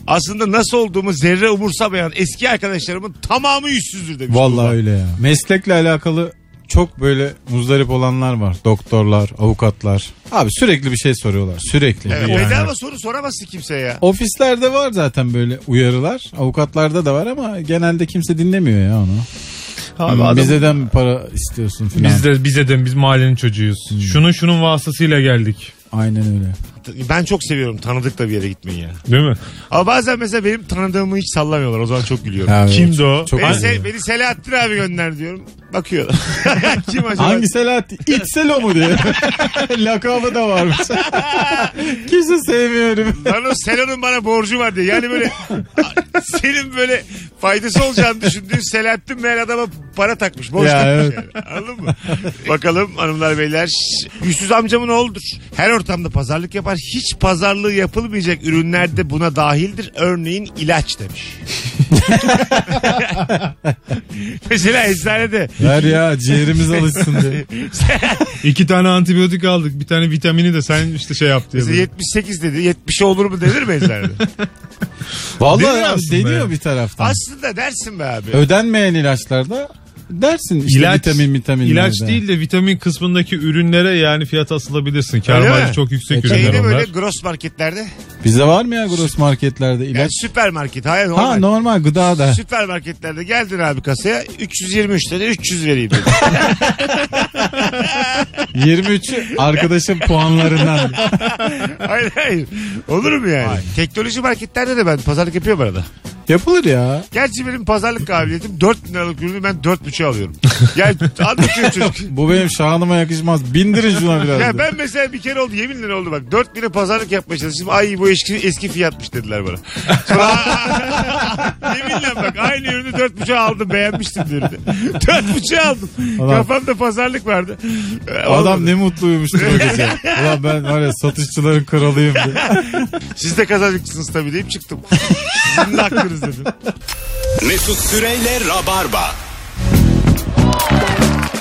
[SPEAKER 2] aslında nasıl olduğumu zerre umursamayan eski arkadaşlarımın tamamı yüzsüzdür demiş.
[SPEAKER 3] Vallahi
[SPEAKER 2] Tuğba.
[SPEAKER 3] öyle ya. Meslekle alakalı çok böyle muzdarip olanlar var. Doktorlar, avukatlar. Abi sürekli bir şey soruyorlar. Sürekli.
[SPEAKER 2] Evet,
[SPEAKER 3] Yani.
[SPEAKER 2] bedava soru soramazsın kimseye ya.
[SPEAKER 3] Ofislerde var zaten böyle uyarılar. Avukatlarda da var ama genelde kimse dinlemiyor ya onu.
[SPEAKER 4] Abi adam-
[SPEAKER 3] Bizden para istiyorsun filan.
[SPEAKER 4] Biz de bize de biz mahallenin çocuğuyuz.
[SPEAKER 3] Hmm.
[SPEAKER 4] Şunun şunun vasıtasıyla geldik.
[SPEAKER 3] Aynen öyle.
[SPEAKER 2] Ben çok seviyorum tanıdık da bir yere gitmeyi ya.
[SPEAKER 4] Değil mi?
[SPEAKER 2] Ama bazen mesela benim tanıdığımı hiç sallamıyorlar. O zaman çok gülüyorum.
[SPEAKER 3] Ya,
[SPEAKER 4] Kimdi o?
[SPEAKER 3] Çok
[SPEAKER 2] beni,
[SPEAKER 3] güzel.
[SPEAKER 2] Se- beni Selahattin abi gönder diyorum. Bakıyor. Kim acaba?
[SPEAKER 3] Hangi Selahattin? İç Selo mu diye. Lakabı da varmış. Kimse sevmiyorum.
[SPEAKER 2] Lan o Selo'nun bana borcu var diye. Yani böyle senin böyle faydası olacağını düşündüğün Selahattin meğer adama para takmış. Borç
[SPEAKER 3] Ya,
[SPEAKER 2] takmış
[SPEAKER 3] evet.
[SPEAKER 2] yani. Anladın mı? Bakalım hanımlar beyler. Yüzsüz amcamın oğludur. Her ortamda pazarlık yapar. Hiç pazarlığı yapılmayacak ürünler de buna dahildir. Örneğin ilaç demiş. Mesela eczanede
[SPEAKER 3] Ver ya ciğerimiz alışsın diye.
[SPEAKER 4] İki tane antibiyotik aldık. Bir tane vitamini de sen işte şey yap diye.
[SPEAKER 2] mesela
[SPEAKER 4] böyle.
[SPEAKER 2] 78 dedi. 70 olur mu denir mi eczanede?
[SPEAKER 3] Vallahi
[SPEAKER 4] Deniyor
[SPEAKER 3] abi
[SPEAKER 4] aslında
[SPEAKER 3] deniyor
[SPEAKER 4] ya.
[SPEAKER 3] bir taraftan.
[SPEAKER 2] Aslında dersin be abi.
[SPEAKER 3] Ödenmeyen ilaçlarda dersin işte
[SPEAKER 4] İlaç,
[SPEAKER 3] vitamin vitamin.
[SPEAKER 4] ilaç değil de vitamin kısmındaki ürünlere yani fiyat asılabilirsin. Kar
[SPEAKER 2] Öyle
[SPEAKER 4] marjı
[SPEAKER 2] mi?
[SPEAKER 4] çok yüksek
[SPEAKER 3] E,
[SPEAKER 4] ürünler
[SPEAKER 2] Şeyde
[SPEAKER 4] onlar.
[SPEAKER 2] böyle gross marketlerde
[SPEAKER 3] Bizde var mı ya gross marketlerde
[SPEAKER 2] Yani
[SPEAKER 3] ilaç?
[SPEAKER 2] süpermarket. Hayır normal.
[SPEAKER 3] ha normal gıda da.
[SPEAKER 2] Süpermarketlerde geldin abi kasaya 323 dedi 300 vereyim dedi.
[SPEAKER 3] 23'ü arkadaşım puanlarından.
[SPEAKER 2] hayır hayır. Olur mu yani? Teknoloji marketlerde de ben pazarlık yapıyorum arada.
[SPEAKER 3] Yapılır ya.
[SPEAKER 2] Gerçi benim pazarlık kabiliyetim 4 bin liralık ürünü ben 4,5'e alıyorum. yani anlatıyor çocuk.
[SPEAKER 3] Bu benim şanıma yakışmaz. Bindirin şuna biraz.
[SPEAKER 2] Ya
[SPEAKER 3] da.
[SPEAKER 2] ben mesela bir kere oldu yemin lira oldu bak 4 bine pazarlık yapmaya çalıştım ay bu eski, eski fiyatmış dediler bana. Sonra- yeminle bak aynı ürünü 4.5'a aldım beğenmiştim de ürünü. 4.5'a aldım
[SPEAKER 3] Adam-
[SPEAKER 2] kafamda pazarlık vardı. Ee, olmadı.
[SPEAKER 3] Adam ne mutluymuştur o gece. Ulan ben var ya satışçıların kralıyım diye.
[SPEAKER 2] Siz de kazanırsınız tabii deyip çıktım. Sizin de hakkınız dedim.
[SPEAKER 1] Mesut Süreyle Rabarba.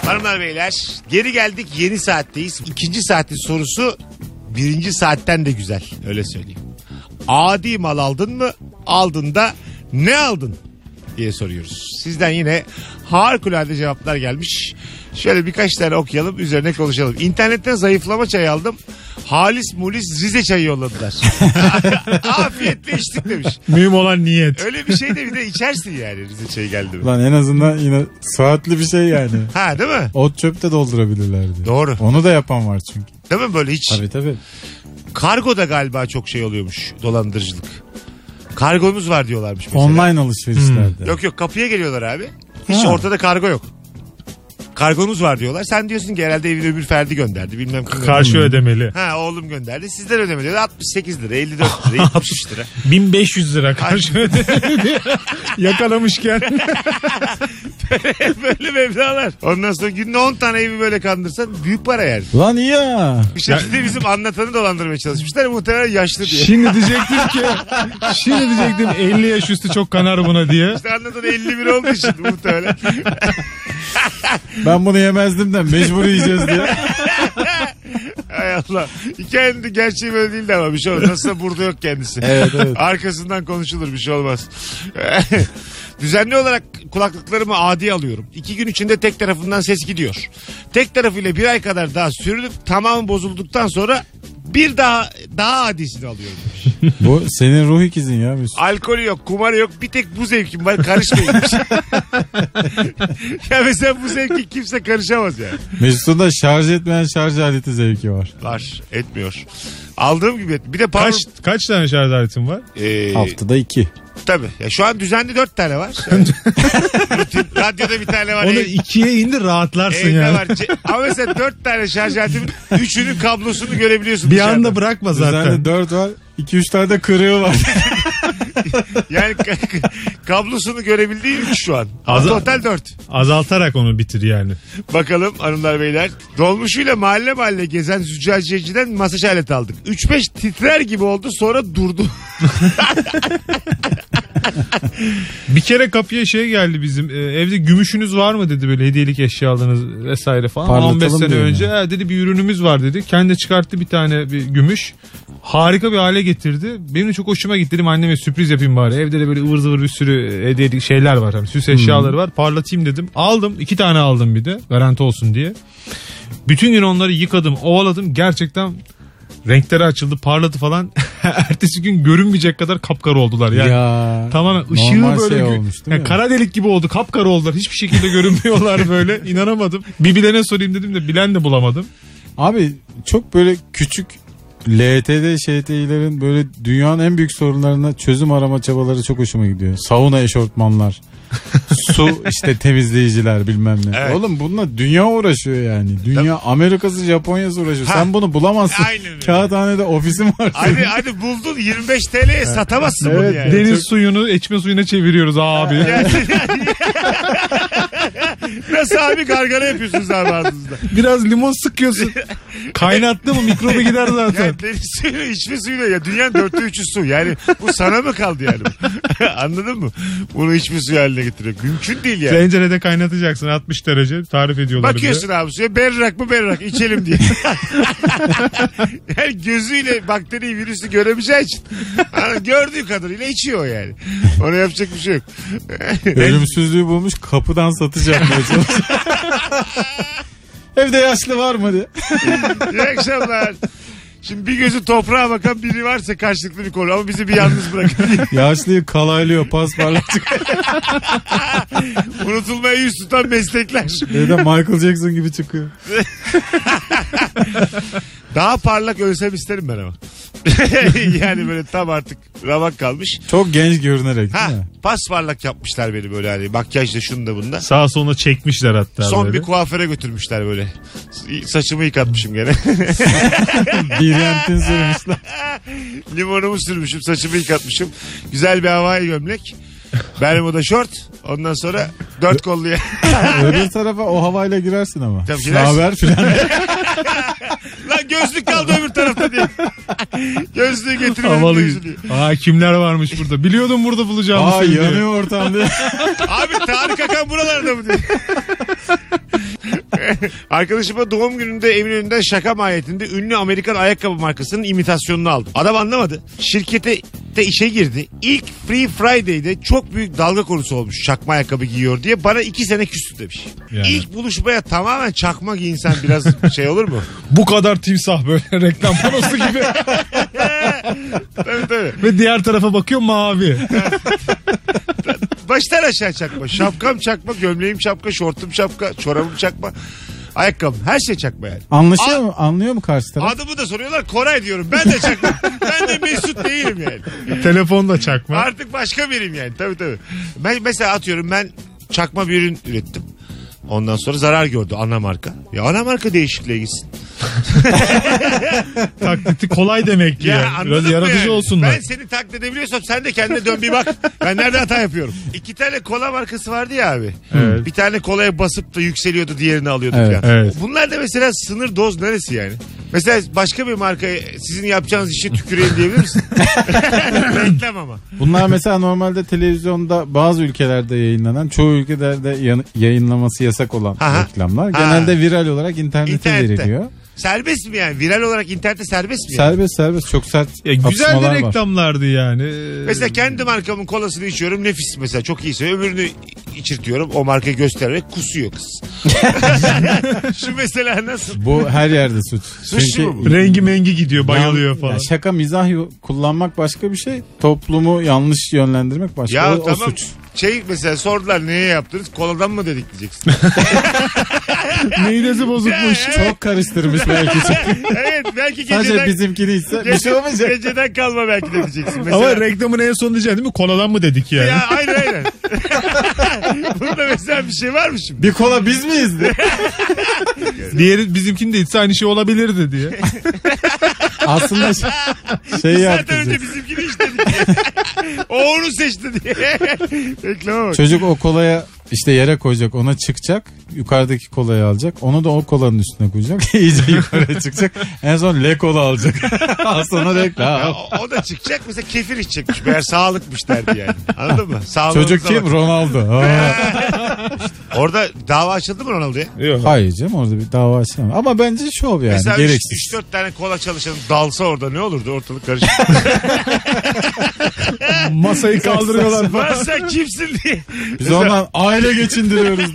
[SPEAKER 2] Hanımlar beyler geri geldik yeni saatteyiz. İkinci saatin sorusu birinci saatten de güzel öyle söyleyeyim. Adi mal aldın mı aldın da ne aldın diye soruyoruz. Sizden yine harikulade cevaplar gelmiş. Şöyle birkaç tane okuyalım üzerine konuşalım. İnternetten zayıflama çayı aldım. Halis mulis Rize çayı yolladılar. Afiyetle içtik demiş.
[SPEAKER 4] Mühim olan niyet.
[SPEAKER 2] Öyle bir şey de bir de içersin yani Rize çayı geldi mi?
[SPEAKER 3] Lan en azından yine saatli bir şey yani.
[SPEAKER 2] Ha değil mi?
[SPEAKER 3] Ot çöpte doldurabilirlerdi.
[SPEAKER 2] Doğru.
[SPEAKER 3] Onu da yapan var çünkü.
[SPEAKER 2] Değil mi böyle hiç?
[SPEAKER 3] Tabii tabii.
[SPEAKER 2] Kargoda galiba çok şey oluyormuş dolandırıcılık. Kargonuz var diyorlarmış mesela.
[SPEAKER 3] Online alışverişlerde.
[SPEAKER 2] Yok yok kapıya geliyorlar abi. Hiç
[SPEAKER 3] Ha.
[SPEAKER 2] ortada kargo yok. Kargonuz var diyorlar. Sen diyorsun ki herhalde evin öbür ferdi gönderdi. Bilmem kim gönderdi.
[SPEAKER 4] Karşı ödemeli.
[SPEAKER 2] Ha oğlum gönderdi. Sizden ödeme diyorlar. 68 lira, 54 lira, 73 lira.
[SPEAKER 4] 1500 lira karşı ödemeli. Yakalamışken.
[SPEAKER 2] böyle mevlalar. Ondan sonra günde 10 tane evi böyle kandırsan büyük para yani.
[SPEAKER 3] Lan iyi ya.
[SPEAKER 2] Bir şekilde bizim anlatanı dolandırmaya çalışmışlar. Muhtemelen yaşlı diye.
[SPEAKER 4] Şimdi diyecektim ki şimdi diyecektim 50 yaş üstü çok kanar buna diye.
[SPEAKER 2] İşte anlatan 51 oldu şimdi muhtemelen.
[SPEAKER 3] Ben bunu yemezdim de mecbur yiyeceğiz diye.
[SPEAKER 2] Hay Allah. Hikayenin de gerçeği böyle değil de ama bir şey olmaz. Nasılsa burada yok kendisi.
[SPEAKER 3] Evet, evet.
[SPEAKER 2] Arkasından konuşulur bir şey olmaz. Düzenli olarak kulaklıklarımı adi alıyorum. İki gün içinde tek tarafından ses gidiyor. Tek tarafıyla bir ay kadar daha sürülüp tamamı bozulduktan sonra bir daha daha adisini alıyorum.
[SPEAKER 3] Bu senin ruh ikizin ya Mesut.
[SPEAKER 2] Alkolü yok, kumarı yok. Bir tek bu zevkim var. Karışmayın. ya mesela bu zevki kimse karışamaz yani.
[SPEAKER 3] Mesut'un da şarj etmeyen şarj aleti zevki var.
[SPEAKER 2] Var. Etmiyor. Aldığım gibi et. Bir de
[SPEAKER 4] Kaç
[SPEAKER 2] parmak...
[SPEAKER 4] kaç tane şarj aletin var?
[SPEAKER 3] e,
[SPEAKER 2] Ee,
[SPEAKER 3] Haftada iki.
[SPEAKER 2] Tabii. Ya şu an düzenli dört tane var. Yani rutin- radyoda bir tane var.
[SPEAKER 4] Onu
[SPEAKER 2] ev-
[SPEAKER 4] ikiye indir rahatlarsın
[SPEAKER 2] Evde
[SPEAKER 4] yani.
[SPEAKER 2] var. Ce- Ama mesela dört tane şarj aletimin üçünün kablosunu görebiliyorsun.
[SPEAKER 4] Bir
[SPEAKER 2] dışarıda.
[SPEAKER 4] anda bırakma
[SPEAKER 3] Zaten
[SPEAKER 4] zaten.
[SPEAKER 3] dört var. İki üç tane de kırığı var.
[SPEAKER 2] Yani ka- kablosunu görebildiğim üç şu an. Ama
[SPEAKER 4] Az-
[SPEAKER 2] Total dört.
[SPEAKER 4] Azaltarak onu bitir yani.
[SPEAKER 2] Bakalım hanımlar beyler. Dolmuşuyla mahalle mahalle gezen züccaciyeciden masaj aleti aldık. 3-5 titrer gibi oldu sonra durdu.
[SPEAKER 4] Bir kere kapıya şey geldi bizim e, evde gümüşünüz var mı dedi böyle hediyelik eşyalarınız vesaire falan.
[SPEAKER 3] Parlatalım
[SPEAKER 4] 15 sene
[SPEAKER 3] diyor
[SPEAKER 4] önce
[SPEAKER 3] yani.
[SPEAKER 4] "Ha," dedi bir ürünümüz var dedi. Kendi çıkarttı bir tane bir gümüş. Harika bir hale getirdi. Benim de çok hoşuma gitti. Dedim anneme sürpriz yapayım bari. Evde de böyle ıvır zıvır bir sürü e, hediyelik şeyler var. Hani süs eşyaları var. Parlatayım dedim. Aldım. iki tane aldım bir de. Garanti olsun diye. Bütün gün onları yıkadım, ovaladım. Gerçekten renkleri açıldı, parladı falan. Ertesi gün görünmeyecek kadar kapkara oldular. Yani
[SPEAKER 3] ya.
[SPEAKER 4] Tamamen ışığı
[SPEAKER 3] Normal
[SPEAKER 4] böyle
[SPEAKER 3] şey
[SPEAKER 4] gö-
[SPEAKER 3] olmuş, değil
[SPEAKER 4] yani
[SPEAKER 3] mi?
[SPEAKER 4] kara delik gibi oldu. Kapkara oldular. Hiçbir şekilde görünmüyorlar böyle. İnanamadım. Bir bilene sorayım dedim de bilen de bulamadım.
[SPEAKER 3] Abi çok böyle küçük LTD ŞTİ'lerin böyle dünyanın en büyük sorunlarına çözüm arama çabaları çok hoşuma gidiyor. Sauna eşortmanlar, su işte temizleyiciler bilmem ne.
[SPEAKER 2] Evet.
[SPEAKER 3] Oğlum bununla dünya uğraşıyor yani. Dünya Amerika'sı Japonya'sı uğraşıyor.
[SPEAKER 2] Ha.
[SPEAKER 3] Sen bunu bulamazsın.
[SPEAKER 2] Aynen öyle.
[SPEAKER 3] Kağıthanede ofisim var.
[SPEAKER 2] Hadi hadi buldun 25 TL'ye satamazsın bunu yani.
[SPEAKER 4] Deniz suyunu içme suyuna çeviriyoruz abi.
[SPEAKER 2] Nasıl abi gargara yapıyorsunuz abi ağzınızda?
[SPEAKER 4] Biraz limon sıkıyorsun. Kaynattı mı mikrobu gider zaten.
[SPEAKER 2] Yani deniz suyuyla içme suyuyla ya dünyanın dörtte üçü su. Yani bu sana mı kaldı yani? Anladın mı? Bunu içme suyu haline getiriyor. Mümkün değil yani.
[SPEAKER 4] Tencerede kaynatacaksın 60 derece tarif ediyorlar. bize.
[SPEAKER 2] Bakıyorsun abi suya berrak mı berrak içelim diye. yani gözüyle bakteriyi virüsü göremeyeceği için hani gördüğü kadarıyla içiyor yani. Ona yapacak bir şey yok.
[SPEAKER 3] Ölümsüzlüğü bulmuş kapıdan satış yapmaya çalışıyor. Evde yaşlı var mı diye.
[SPEAKER 2] İyi akşamlar. Şimdi bir gözü toprağa bakan biri varsa karşılıklı bir konu ama bizi bir yalnız bırakın.
[SPEAKER 3] Yaşlıyı kalaylıyor pasparlacık.
[SPEAKER 2] Unutulmaya yüz tutan meslekler.
[SPEAKER 3] Evde Michael Jackson gibi çıkıyor.
[SPEAKER 2] Daha parlak ölsem isterim ben ama. yani böyle tam artık ramak kalmış.
[SPEAKER 3] Çok genç görünerek
[SPEAKER 2] Ha
[SPEAKER 3] değil mi?
[SPEAKER 2] pas parlak yapmışlar beni böyle hani makyajla şunu da bunda.
[SPEAKER 4] Sağa sola çekmişler hatta
[SPEAKER 2] Son
[SPEAKER 4] böyle.
[SPEAKER 2] bir kuaföre götürmüşler böyle. Saçımı yıkatmışım gene.
[SPEAKER 3] Bir yantin sürmüşler.
[SPEAKER 2] Limonumu sürmüşüm, saçımı yıkatmışım. Güzel bir havai gömlek. Bermuda şort. Ondan sonra dört kolluya.
[SPEAKER 3] Öbür tarafa o havayla girersin ama.
[SPEAKER 2] Tabii
[SPEAKER 3] Ne
[SPEAKER 2] girersin.
[SPEAKER 3] haber filan.
[SPEAKER 2] Lan gözlük kaldı öbür tarafta diye. Gözlüğü getirmedim
[SPEAKER 4] Havalı.
[SPEAKER 2] gözlüğü.
[SPEAKER 4] Aa kimler varmış burada? Biliyordum burada bulacağımı.
[SPEAKER 3] Aa
[SPEAKER 4] seni diye.
[SPEAKER 3] yanıyor ortam diye.
[SPEAKER 2] Abi Tarık Akan buralarda mı diye. Arkadaşıma doğum gününde Eminönü'nden şaka mahiyetinde ünlü Amerikan ayakkabı markasının imitasyonunu aldım. Adam anlamadı. Şirkete de işe girdi. İlk Free Friday'de çok büyük dalga konusu olmuş çakma ayakkabı giyiyor diye. Bana iki sene küstü demiş.
[SPEAKER 4] Yani.
[SPEAKER 2] İlk buluşmaya tamamen çakma giyinsen biraz şey olur mu?
[SPEAKER 4] Bu kadar timsah böyle reklam panosu gibi.
[SPEAKER 2] tabii tabii.
[SPEAKER 4] Ve diğer tarafa bakıyor mavi.
[SPEAKER 2] Baştan aşağı çakma. Şapkam çakma, gömleğim şapka, şortum şapka, çorabım çakma. Ayakkabım her şey çakma yani.
[SPEAKER 3] Anlaşıyor mu? Anlıyor mu karşı taraf?
[SPEAKER 2] Adımı da soruyorlar Koray diyorum. Ben de çakma. ben de Mesut değilim yani.
[SPEAKER 4] Telefon da çakma.
[SPEAKER 2] Artık başka biriyim yani. Tabii tabii. Ben mesela atıyorum ben çakma bir ürün ürettim. Ondan sonra zarar gördü ana marka. Ya ana marka değişikliğe gitsin.
[SPEAKER 4] Taklidi kolay demek ki.
[SPEAKER 2] Ya,
[SPEAKER 4] yani.
[SPEAKER 2] anladın
[SPEAKER 4] Biraz
[SPEAKER 2] mı
[SPEAKER 4] yaratıcı
[SPEAKER 2] yani?
[SPEAKER 4] olsunlar.
[SPEAKER 2] Ben seni taklit edebiliyorsam sen de kendine dön bir bak. Ben nerede hata yapıyorum? İki tane kola markası vardı ya abi. Bir tane kolaya basıp da yükseliyordu diğerini alıyordu
[SPEAKER 3] Evet,
[SPEAKER 2] falan.
[SPEAKER 4] evet.
[SPEAKER 2] Bunlar da mesela sınır doz neresi yani? Mesela başka bir markaya sizin yapacağınız işi tüküreyim diyebilir misin? Reklam ama.
[SPEAKER 3] Bunlar mesela normalde televizyonda bazı ülkelerde yayınlanan, çoğu ülkelerde yan- yayınlaması yasak olan
[SPEAKER 2] Aha.
[SPEAKER 3] reklamlar.
[SPEAKER 2] Ha.
[SPEAKER 3] Genelde viral olarak internete,
[SPEAKER 2] İnternette.
[SPEAKER 3] veriliyor.
[SPEAKER 2] Serbest mi yani? Viral olarak internette serbest mi? yani?
[SPEAKER 3] Serbest serbest çok sert
[SPEAKER 4] Ya,
[SPEAKER 2] E,
[SPEAKER 4] güzel
[SPEAKER 3] atışmalar
[SPEAKER 4] de
[SPEAKER 3] var.
[SPEAKER 4] reklamlardı yani.
[SPEAKER 3] Hmm.
[SPEAKER 2] Mesela kendi markamın kolasını içiyorum nefis mesela çok iyiyse öbürünü içirtiyorum o markayı göstererek kusuyor kız. Şu mesela nasıl?
[SPEAKER 3] Bu her yerde suç.
[SPEAKER 2] Suç mu bu?
[SPEAKER 4] Rengi mengi gidiyor bayılıyor
[SPEAKER 3] Ya
[SPEAKER 4] falan.
[SPEAKER 3] şaka mizah yo- kullanmak başka bir şey. Toplumu yanlış yönlendirmek başka.
[SPEAKER 2] Ya
[SPEAKER 3] o, o
[SPEAKER 2] tamam
[SPEAKER 3] suç.
[SPEAKER 2] şey mesela sordular neye yaptınız koladan mı dedik diyeceksin.
[SPEAKER 4] Midesi bozukmuş.
[SPEAKER 3] Çok karıştırmış belki.
[SPEAKER 2] evet belki geceden,
[SPEAKER 3] Sadece bizimki değilse bir
[SPEAKER 2] gece-
[SPEAKER 3] şey olmayacak.
[SPEAKER 2] geceden kalma belki de diyeceksin. Mesela,
[SPEAKER 4] Ama reklamın en son diyeceksin değil mi? Koladan mı dedik yani?
[SPEAKER 2] Ya aynen aynen. Burada mesela bir şey var mı şimdi?
[SPEAKER 3] Bir kola biz miyiz? de?
[SPEAKER 4] Diğeri bizimkini de içse aynı şey olabilirdi diye.
[SPEAKER 3] Aslında şey, şey
[SPEAKER 2] Bir saat önce
[SPEAKER 3] yaptıracak.
[SPEAKER 2] bizimkini işte diye. o onu seçti diye. Reklama bak.
[SPEAKER 3] Çocuk o kolaya İşte yere koyacak ona çıkacak. Yukarıdaki kolayı alacak. Onu da o kolanın üstüne koyacak. İyice yukarıya çıkacak. En son le kola alacak. Aslında rekla.
[SPEAKER 2] Ya o, o da çıkacak mesela kefir içecekmiş. Meğer sağlıkmış derdi yani. Anladın mı? Sağlığınıza
[SPEAKER 3] Çocuk kim?
[SPEAKER 2] bakın.
[SPEAKER 3] Ronaldo. Aa.
[SPEAKER 2] Orada dava açıldı mı Ronaldo'ya?
[SPEAKER 4] Yok.
[SPEAKER 3] Hayır canım orada bir dava açamam. Ama bence şov yani.
[SPEAKER 2] Mesela
[SPEAKER 3] Gereksiz.
[SPEAKER 2] 3-4 tane kola çalışanı dalsa orada ne olurdu ortalık karışık.
[SPEAKER 5] Masayı kaldırıyorlar.
[SPEAKER 2] Lan sen kimsin diye.
[SPEAKER 3] Biz ondan aile geçindiriyoruz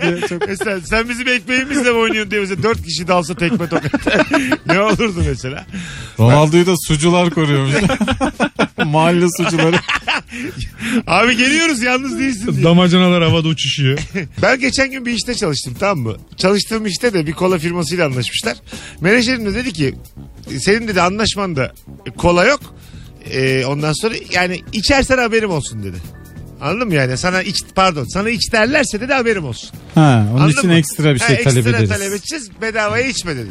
[SPEAKER 3] diye. Çok...
[SPEAKER 2] Mesela sen bizim ekmeğimizle mi oynuyorsun diye mesela 4 kişi dalsa tekme tokat. ne olurdu mesela?
[SPEAKER 3] Ronaldo'yu da sucular koruyormuş. Mahalle sucuları.
[SPEAKER 2] Abi geliyoruz yalnız değilsin diye.
[SPEAKER 4] Damacanalar havada uçuşuyor.
[SPEAKER 2] Ben geçen gün bir işte çalıştım tamam mı? Çalıştığım işte de bir kola firmasıyla anlaşmışlar. Menajerim de dedi ki senin dedi anlaşmanda e, kola yok. Ee, ondan sonra yani içersen haberim olsun dedi. Anladın mı yani? Sana iç pardon sana iç derlerse dedi haberim olsun.
[SPEAKER 3] Ha, onun
[SPEAKER 2] Anladın
[SPEAKER 3] için
[SPEAKER 2] mı?
[SPEAKER 3] ekstra bir
[SPEAKER 2] Ha,
[SPEAKER 3] şey talep ederiz.
[SPEAKER 2] Ekstra talep edeceğiz bedavaya içme dedi.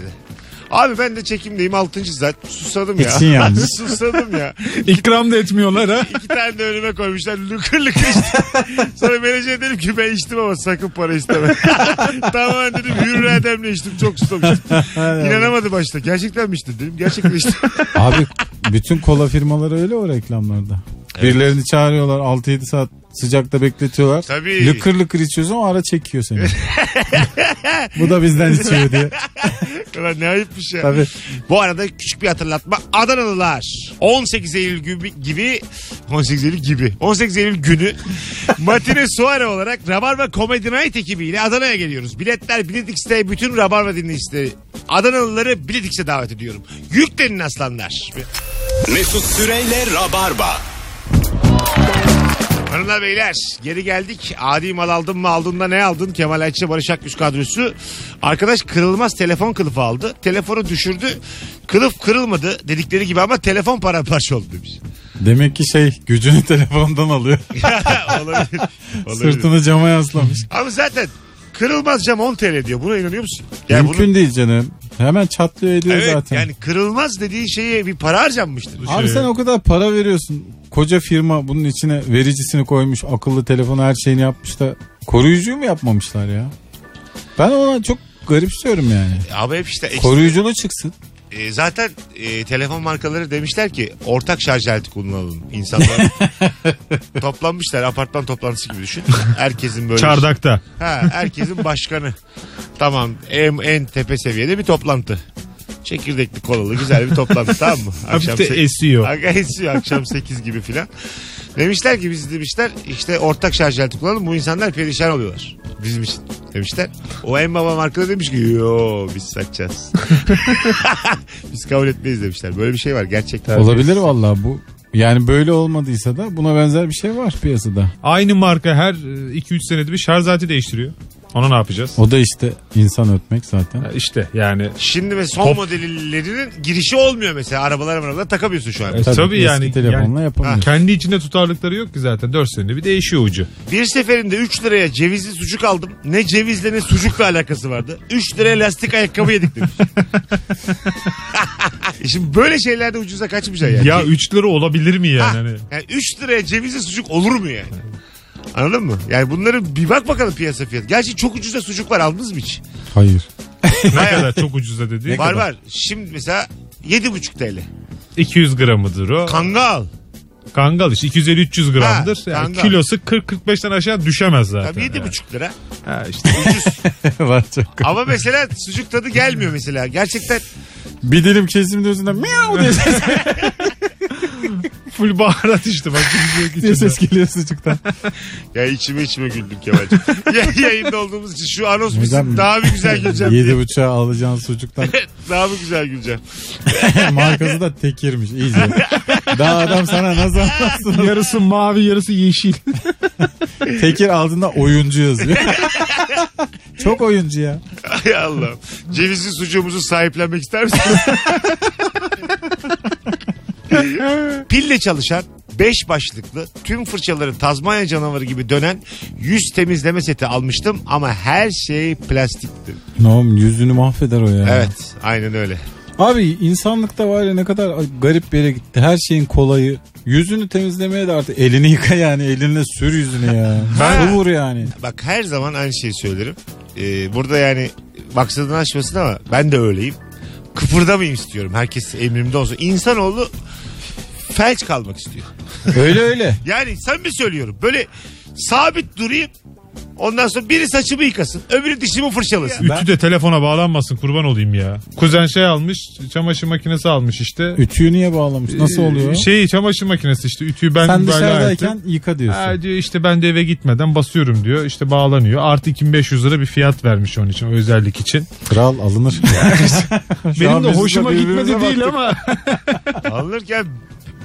[SPEAKER 2] Abi ben de çekimdeyim 6. zat. Susadım ya.
[SPEAKER 3] İçin yanmış.
[SPEAKER 2] Susadım ya.
[SPEAKER 5] İkram da etmiyorlar ha.
[SPEAKER 2] İki tane de önüme koymuşlar. Lıkır lıkır içtim. Sonra menajer dedim ki ben içtim ama sakın para isteme. tamam dedim hürri ademle içtim. Çok susamıştım. İnanamadı başta. Gerçekten mi içtin dedim. Gerçekten içtim.
[SPEAKER 3] Abi bütün kola firmaları öyle o reklamlarda. Birilerini çağırıyorlar 6-7 saat sıcakta bekletiyorlar.
[SPEAKER 2] Tabii.
[SPEAKER 3] Lıkır lıkır içiyorsun o ara çekiyor seni. Bu da bizden içiyor diye.
[SPEAKER 2] Ulan ne ayıpmış ya.
[SPEAKER 3] Tabii.
[SPEAKER 2] Bu arada küçük bir hatırlatma. Adanalılar 18 Eylül gibi, gibi 18 Eylül gibi 18 Eylül günü Matine Suare olarak Rabarba Comedy Night ekibiyle Adana'ya geliyoruz. Biletler Bilet X'te bütün Rabarba dinleyicileri Adanalıları Bilet X'e davet ediyorum. Yüklenin aslanlar.
[SPEAKER 1] Mesut Süreyle Rabarba.
[SPEAKER 2] Hanımlar beyler geri geldik. Adi mal aldın mı aldığında ne aldın? Kemal Ayça Barış Akgüz kadrosu. Arkadaş kırılmaz telefon kılıfı aldı. Telefonu düşürdü. Kılıf kırılmadı dedikleri gibi ama telefon paramparça oldu demiş.
[SPEAKER 3] Demek ki şey gücünü telefondan alıyor.
[SPEAKER 2] olabilir. olabilir.
[SPEAKER 3] Sırtını cama yaslamış.
[SPEAKER 2] Ama zaten kırılmaz cam 10 TL diyor. Buna inanıyor musun? Yani
[SPEAKER 3] Mümkün değil canım. Hemen çatlıyor ediyor
[SPEAKER 2] evet,
[SPEAKER 3] zaten.
[SPEAKER 2] yani şey- kırılmaz dediğin şeye bir para harcanmıştır.
[SPEAKER 3] Abi sen o kadar para veriyorsun. Koca firma bunun içine vericisini koymuş, akıllı telefonu her şeyini yapmış da koruyucuyu mu yapmamışlar ya? Ben ona çok garipsiyorum yani.
[SPEAKER 2] Abi hep işte ekstra-
[SPEAKER 3] Koruyuculu çıksın.
[SPEAKER 2] E, zaten e, telefon markaları demişler ki ortak şarj aleti kullanalım insanlar. Toplanmışlar apartman toplantısı gibi düşün. Herkesin böyle.
[SPEAKER 4] Çardakta.
[SPEAKER 2] Ha, herkesin başkanı. Tamam en, en tepe seviyede bir toplantı. Çekirdekli kolalı güzel bir toplantı tamam mı?
[SPEAKER 4] Hafif de
[SPEAKER 2] se-
[SPEAKER 4] esiyor.
[SPEAKER 2] Aga esiyor akşam 8 gibi filan. Demişler ki biz demişler işte ortak şarj aleti kullanalım bu insanlar perişan oluyorlar. Bizim için demişler. O en baba markada demiş ki yo biz satacağız. biz kabul etmeyiz demişler. Böyle bir şey var gerçekten.
[SPEAKER 3] Olabilir vallahi bu. Yani böyle olmadıysa da buna benzer bir şey var piyasada.
[SPEAKER 4] Aynı marka her 2-3 senede bir şarj aleti değiştiriyor. Ona ne yapacağız?
[SPEAKER 3] O da işte insan ötmek zaten.
[SPEAKER 4] Ya İşte yani.
[SPEAKER 2] Şimdi ve son modellerinin girişi olmuyor mesela arabalara arabalara takamıyorsun şu an.
[SPEAKER 4] E, tabii, yani.
[SPEAKER 3] Eski telefonla
[SPEAKER 4] yani-
[SPEAKER 3] yapamıyorsun.
[SPEAKER 4] Kendi içinde tutarlıkları yok ki zaten. 4 senede bir değişiyor ucu.
[SPEAKER 2] Bir seferinde 3 liraya cevizli sucuk aldım. Ne cevizle ne sucukla alakası vardı. 3 liraya lastik ayakkabı yedik demiş. E Şimdi böyle şeylerde ucuza kaçmayacaksın yani.
[SPEAKER 4] Ya 3 lira olabilir mi yani? Hani?
[SPEAKER 2] Yani 3 liraya cevizli sucuk olur mu yani? Anladın mı? Yani bunları bir bak bakalım piyasa fiyatı. Gerçi çok ucuza sucuk var aldınız mı hiç?
[SPEAKER 3] Hayır.
[SPEAKER 4] Hani ne kadar çok ucuza dedi.
[SPEAKER 2] var var. Şimdi mesela 7,5 TL.
[SPEAKER 4] 200 gramıdır o.
[SPEAKER 2] Kangal.
[SPEAKER 4] Kangal işte 250-300 gramdır.
[SPEAKER 2] Ha,
[SPEAKER 4] Yani
[SPEAKER 2] kangal.
[SPEAKER 4] kilosu 40-45'ten aşağı düşemez zaten.
[SPEAKER 2] Tabii 7,5
[SPEAKER 4] yani.
[SPEAKER 2] lira.
[SPEAKER 4] Ha, işte.
[SPEAKER 3] var çok.
[SPEAKER 2] Ama mesela sucuk tadı gelmiyor mesela. Gerçekten
[SPEAKER 3] Bir dilim kesim diyorsun da miau diye ses,
[SPEAKER 4] Full baharat işte bak. bir şey yok
[SPEAKER 3] diye
[SPEAKER 4] içinde.
[SPEAKER 3] ses geliyor sucuktan.
[SPEAKER 2] Ya içime içime güldüm Kemal'cim. ya, yayında olduğumuz için şu anons bizim
[SPEAKER 3] Hocam-
[SPEAKER 2] daha bir güzel güleceğim.
[SPEAKER 3] Yedi buçuğa alacağın sucuktan
[SPEAKER 2] daha bir güzel güleceğim.
[SPEAKER 3] markası da tekirmiş iyice. Daha adam sana nasıl anlatsın?
[SPEAKER 5] Yarısı mavi yarısı yeşil.
[SPEAKER 3] Tekir altında oyuncu yazıyor. Çok oyuncu ya.
[SPEAKER 2] Ay Allah'ım. Cevizli sucuğumuzu sahiplenmek ister misiniz? Pille çalışan 5 başlıklı tüm fırçaları Tazmanya canavarı gibi dönen yüz temizleme seti almıştım ama her şey plastikti.
[SPEAKER 3] Ne oğlum yüzünü mahveder o ya.
[SPEAKER 2] Evet aynen öyle.
[SPEAKER 3] Abi insanlıkta var ya ne kadar garip bir yere gitti. Her şeyin kolayı. Yüzünü temizlemeye de artık elini yıka yani. Elinle sür yüzünü ya.
[SPEAKER 2] Ben-
[SPEAKER 3] Kıvır yani.
[SPEAKER 2] Bak her zaman aynı şeyi söylerim. Ee, burada yani maksadını aşmasın ama ben de öyleyim. Kıpırdamayayım istiyorum. Herkes emrimde olsun. İnsanoğlu felç kalmak istiyor.
[SPEAKER 3] Öyle öyle.
[SPEAKER 2] Yani sen mi söylüyorum? Böyle sabit durayım. Ondan sonra biri saçımı yıkasın. Öbürü dişimi fırçalasın.
[SPEAKER 4] Ütü de telefona bağlanmasın kurban olayım ya. Kuzen şey almış çamaşır makinesi almış işte.
[SPEAKER 3] Ütüyü niye bağlamış? Nasıl oluyor?
[SPEAKER 4] Şeyi çamaşır makinesi işte ütüyü ben
[SPEAKER 3] Sen
[SPEAKER 4] böyle
[SPEAKER 3] dışarıdayken
[SPEAKER 4] ettim.
[SPEAKER 3] yıka diyorsun.
[SPEAKER 4] Ha diyor işte ben de eve gitmeden basıyorum diyor. İşte bağlanıyor. Artı 2500 lira bir fiyat vermiş onun için o özellik için.
[SPEAKER 3] Kral alınır.
[SPEAKER 4] Benim de hoşuma gitmedi değil ama.
[SPEAKER 2] Alınırken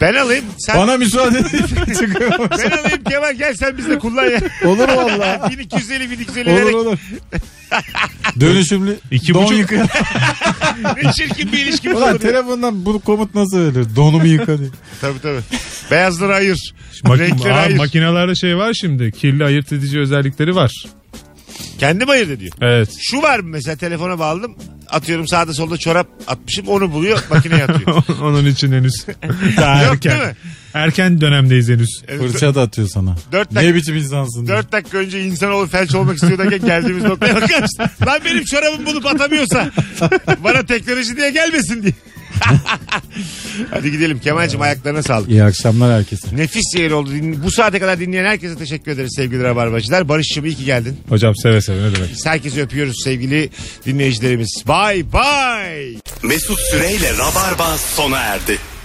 [SPEAKER 2] ben alayım. Sen
[SPEAKER 3] Bana müsaade edin. Çıkıyor.
[SPEAKER 2] ben alayım Kemal gel sen bizde kullan ya.
[SPEAKER 3] Olur valla.
[SPEAKER 2] 1250 1250
[SPEAKER 3] Olur
[SPEAKER 2] vererek
[SPEAKER 3] olur. Dönüşümlü
[SPEAKER 4] İki
[SPEAKER 3] don
[SPEAKER 4] buçuk-
[SPEAKER 3] yıka.
[SPEAKER 2] ne çirkin bir ilişki bu.
[SPEAKER 3] Ulan telefondan bu komut nasıl verilir? Donumu yıka diye.
[SPEAKER 2] Tabii tabii. Beyazları ayır.
[SPEAKER 4] Makin-
[SPEAKER 2] renkleri
[SPEAKER 4] Aa,
[SPEAKER 2] ayır.
[SPEAKER 4] makinelerde şey var şimdi. Kirli ayırt edici özellikleri var.
[SPEAKER 2] Kendim ayırdı diyor.
[SPEAKER 4] Evet.
[SPEAKER 2] Şu var mı mesela telefona bağladım. Atıyorum sağda solda çorap atmışım onu buluyor makineye atıyor.
[SPEAKER 4] Onun için henüz daha
[SPEAKER 2] Yok değil mi?
[SPEAKER 4] erken. Erken dönemdeyiz henüz.
[SPEAKER 3] Fırça da atıyor sana.
[SPEAKER 2] Dört
[SPEAKER 3] ne biçim insansın? diye.
[SPEAKER 2] 4 dakika önce insanoğlu felç olmak istiyor derken geldiğimiz noktaya bakar mısın? Lan benim çorabım bulup atamıyorsa bana teknoloji diye gelmesin diye. Hadi gidelim Kemal'cim ayaklarına sağlık.
[SPEAKER 3] İyi akşamlar herkese.
[SPEAKER 2] Nefis yayın oldu. Din- Bu saate kadar dinleyen herkese teşekkür ederiz sevgili Rabarbacılar. Barış'cığım iyi ki geldin.
[SPEAKER 4] Hocam seve seve ne demek.
[SPEAKER 2] Biz herkesi öpüyoruz sevgili dinleyicilerimiz. Bay bay.
[SPEAKER 1] Mesut Süreyle Rabarba sona erdi.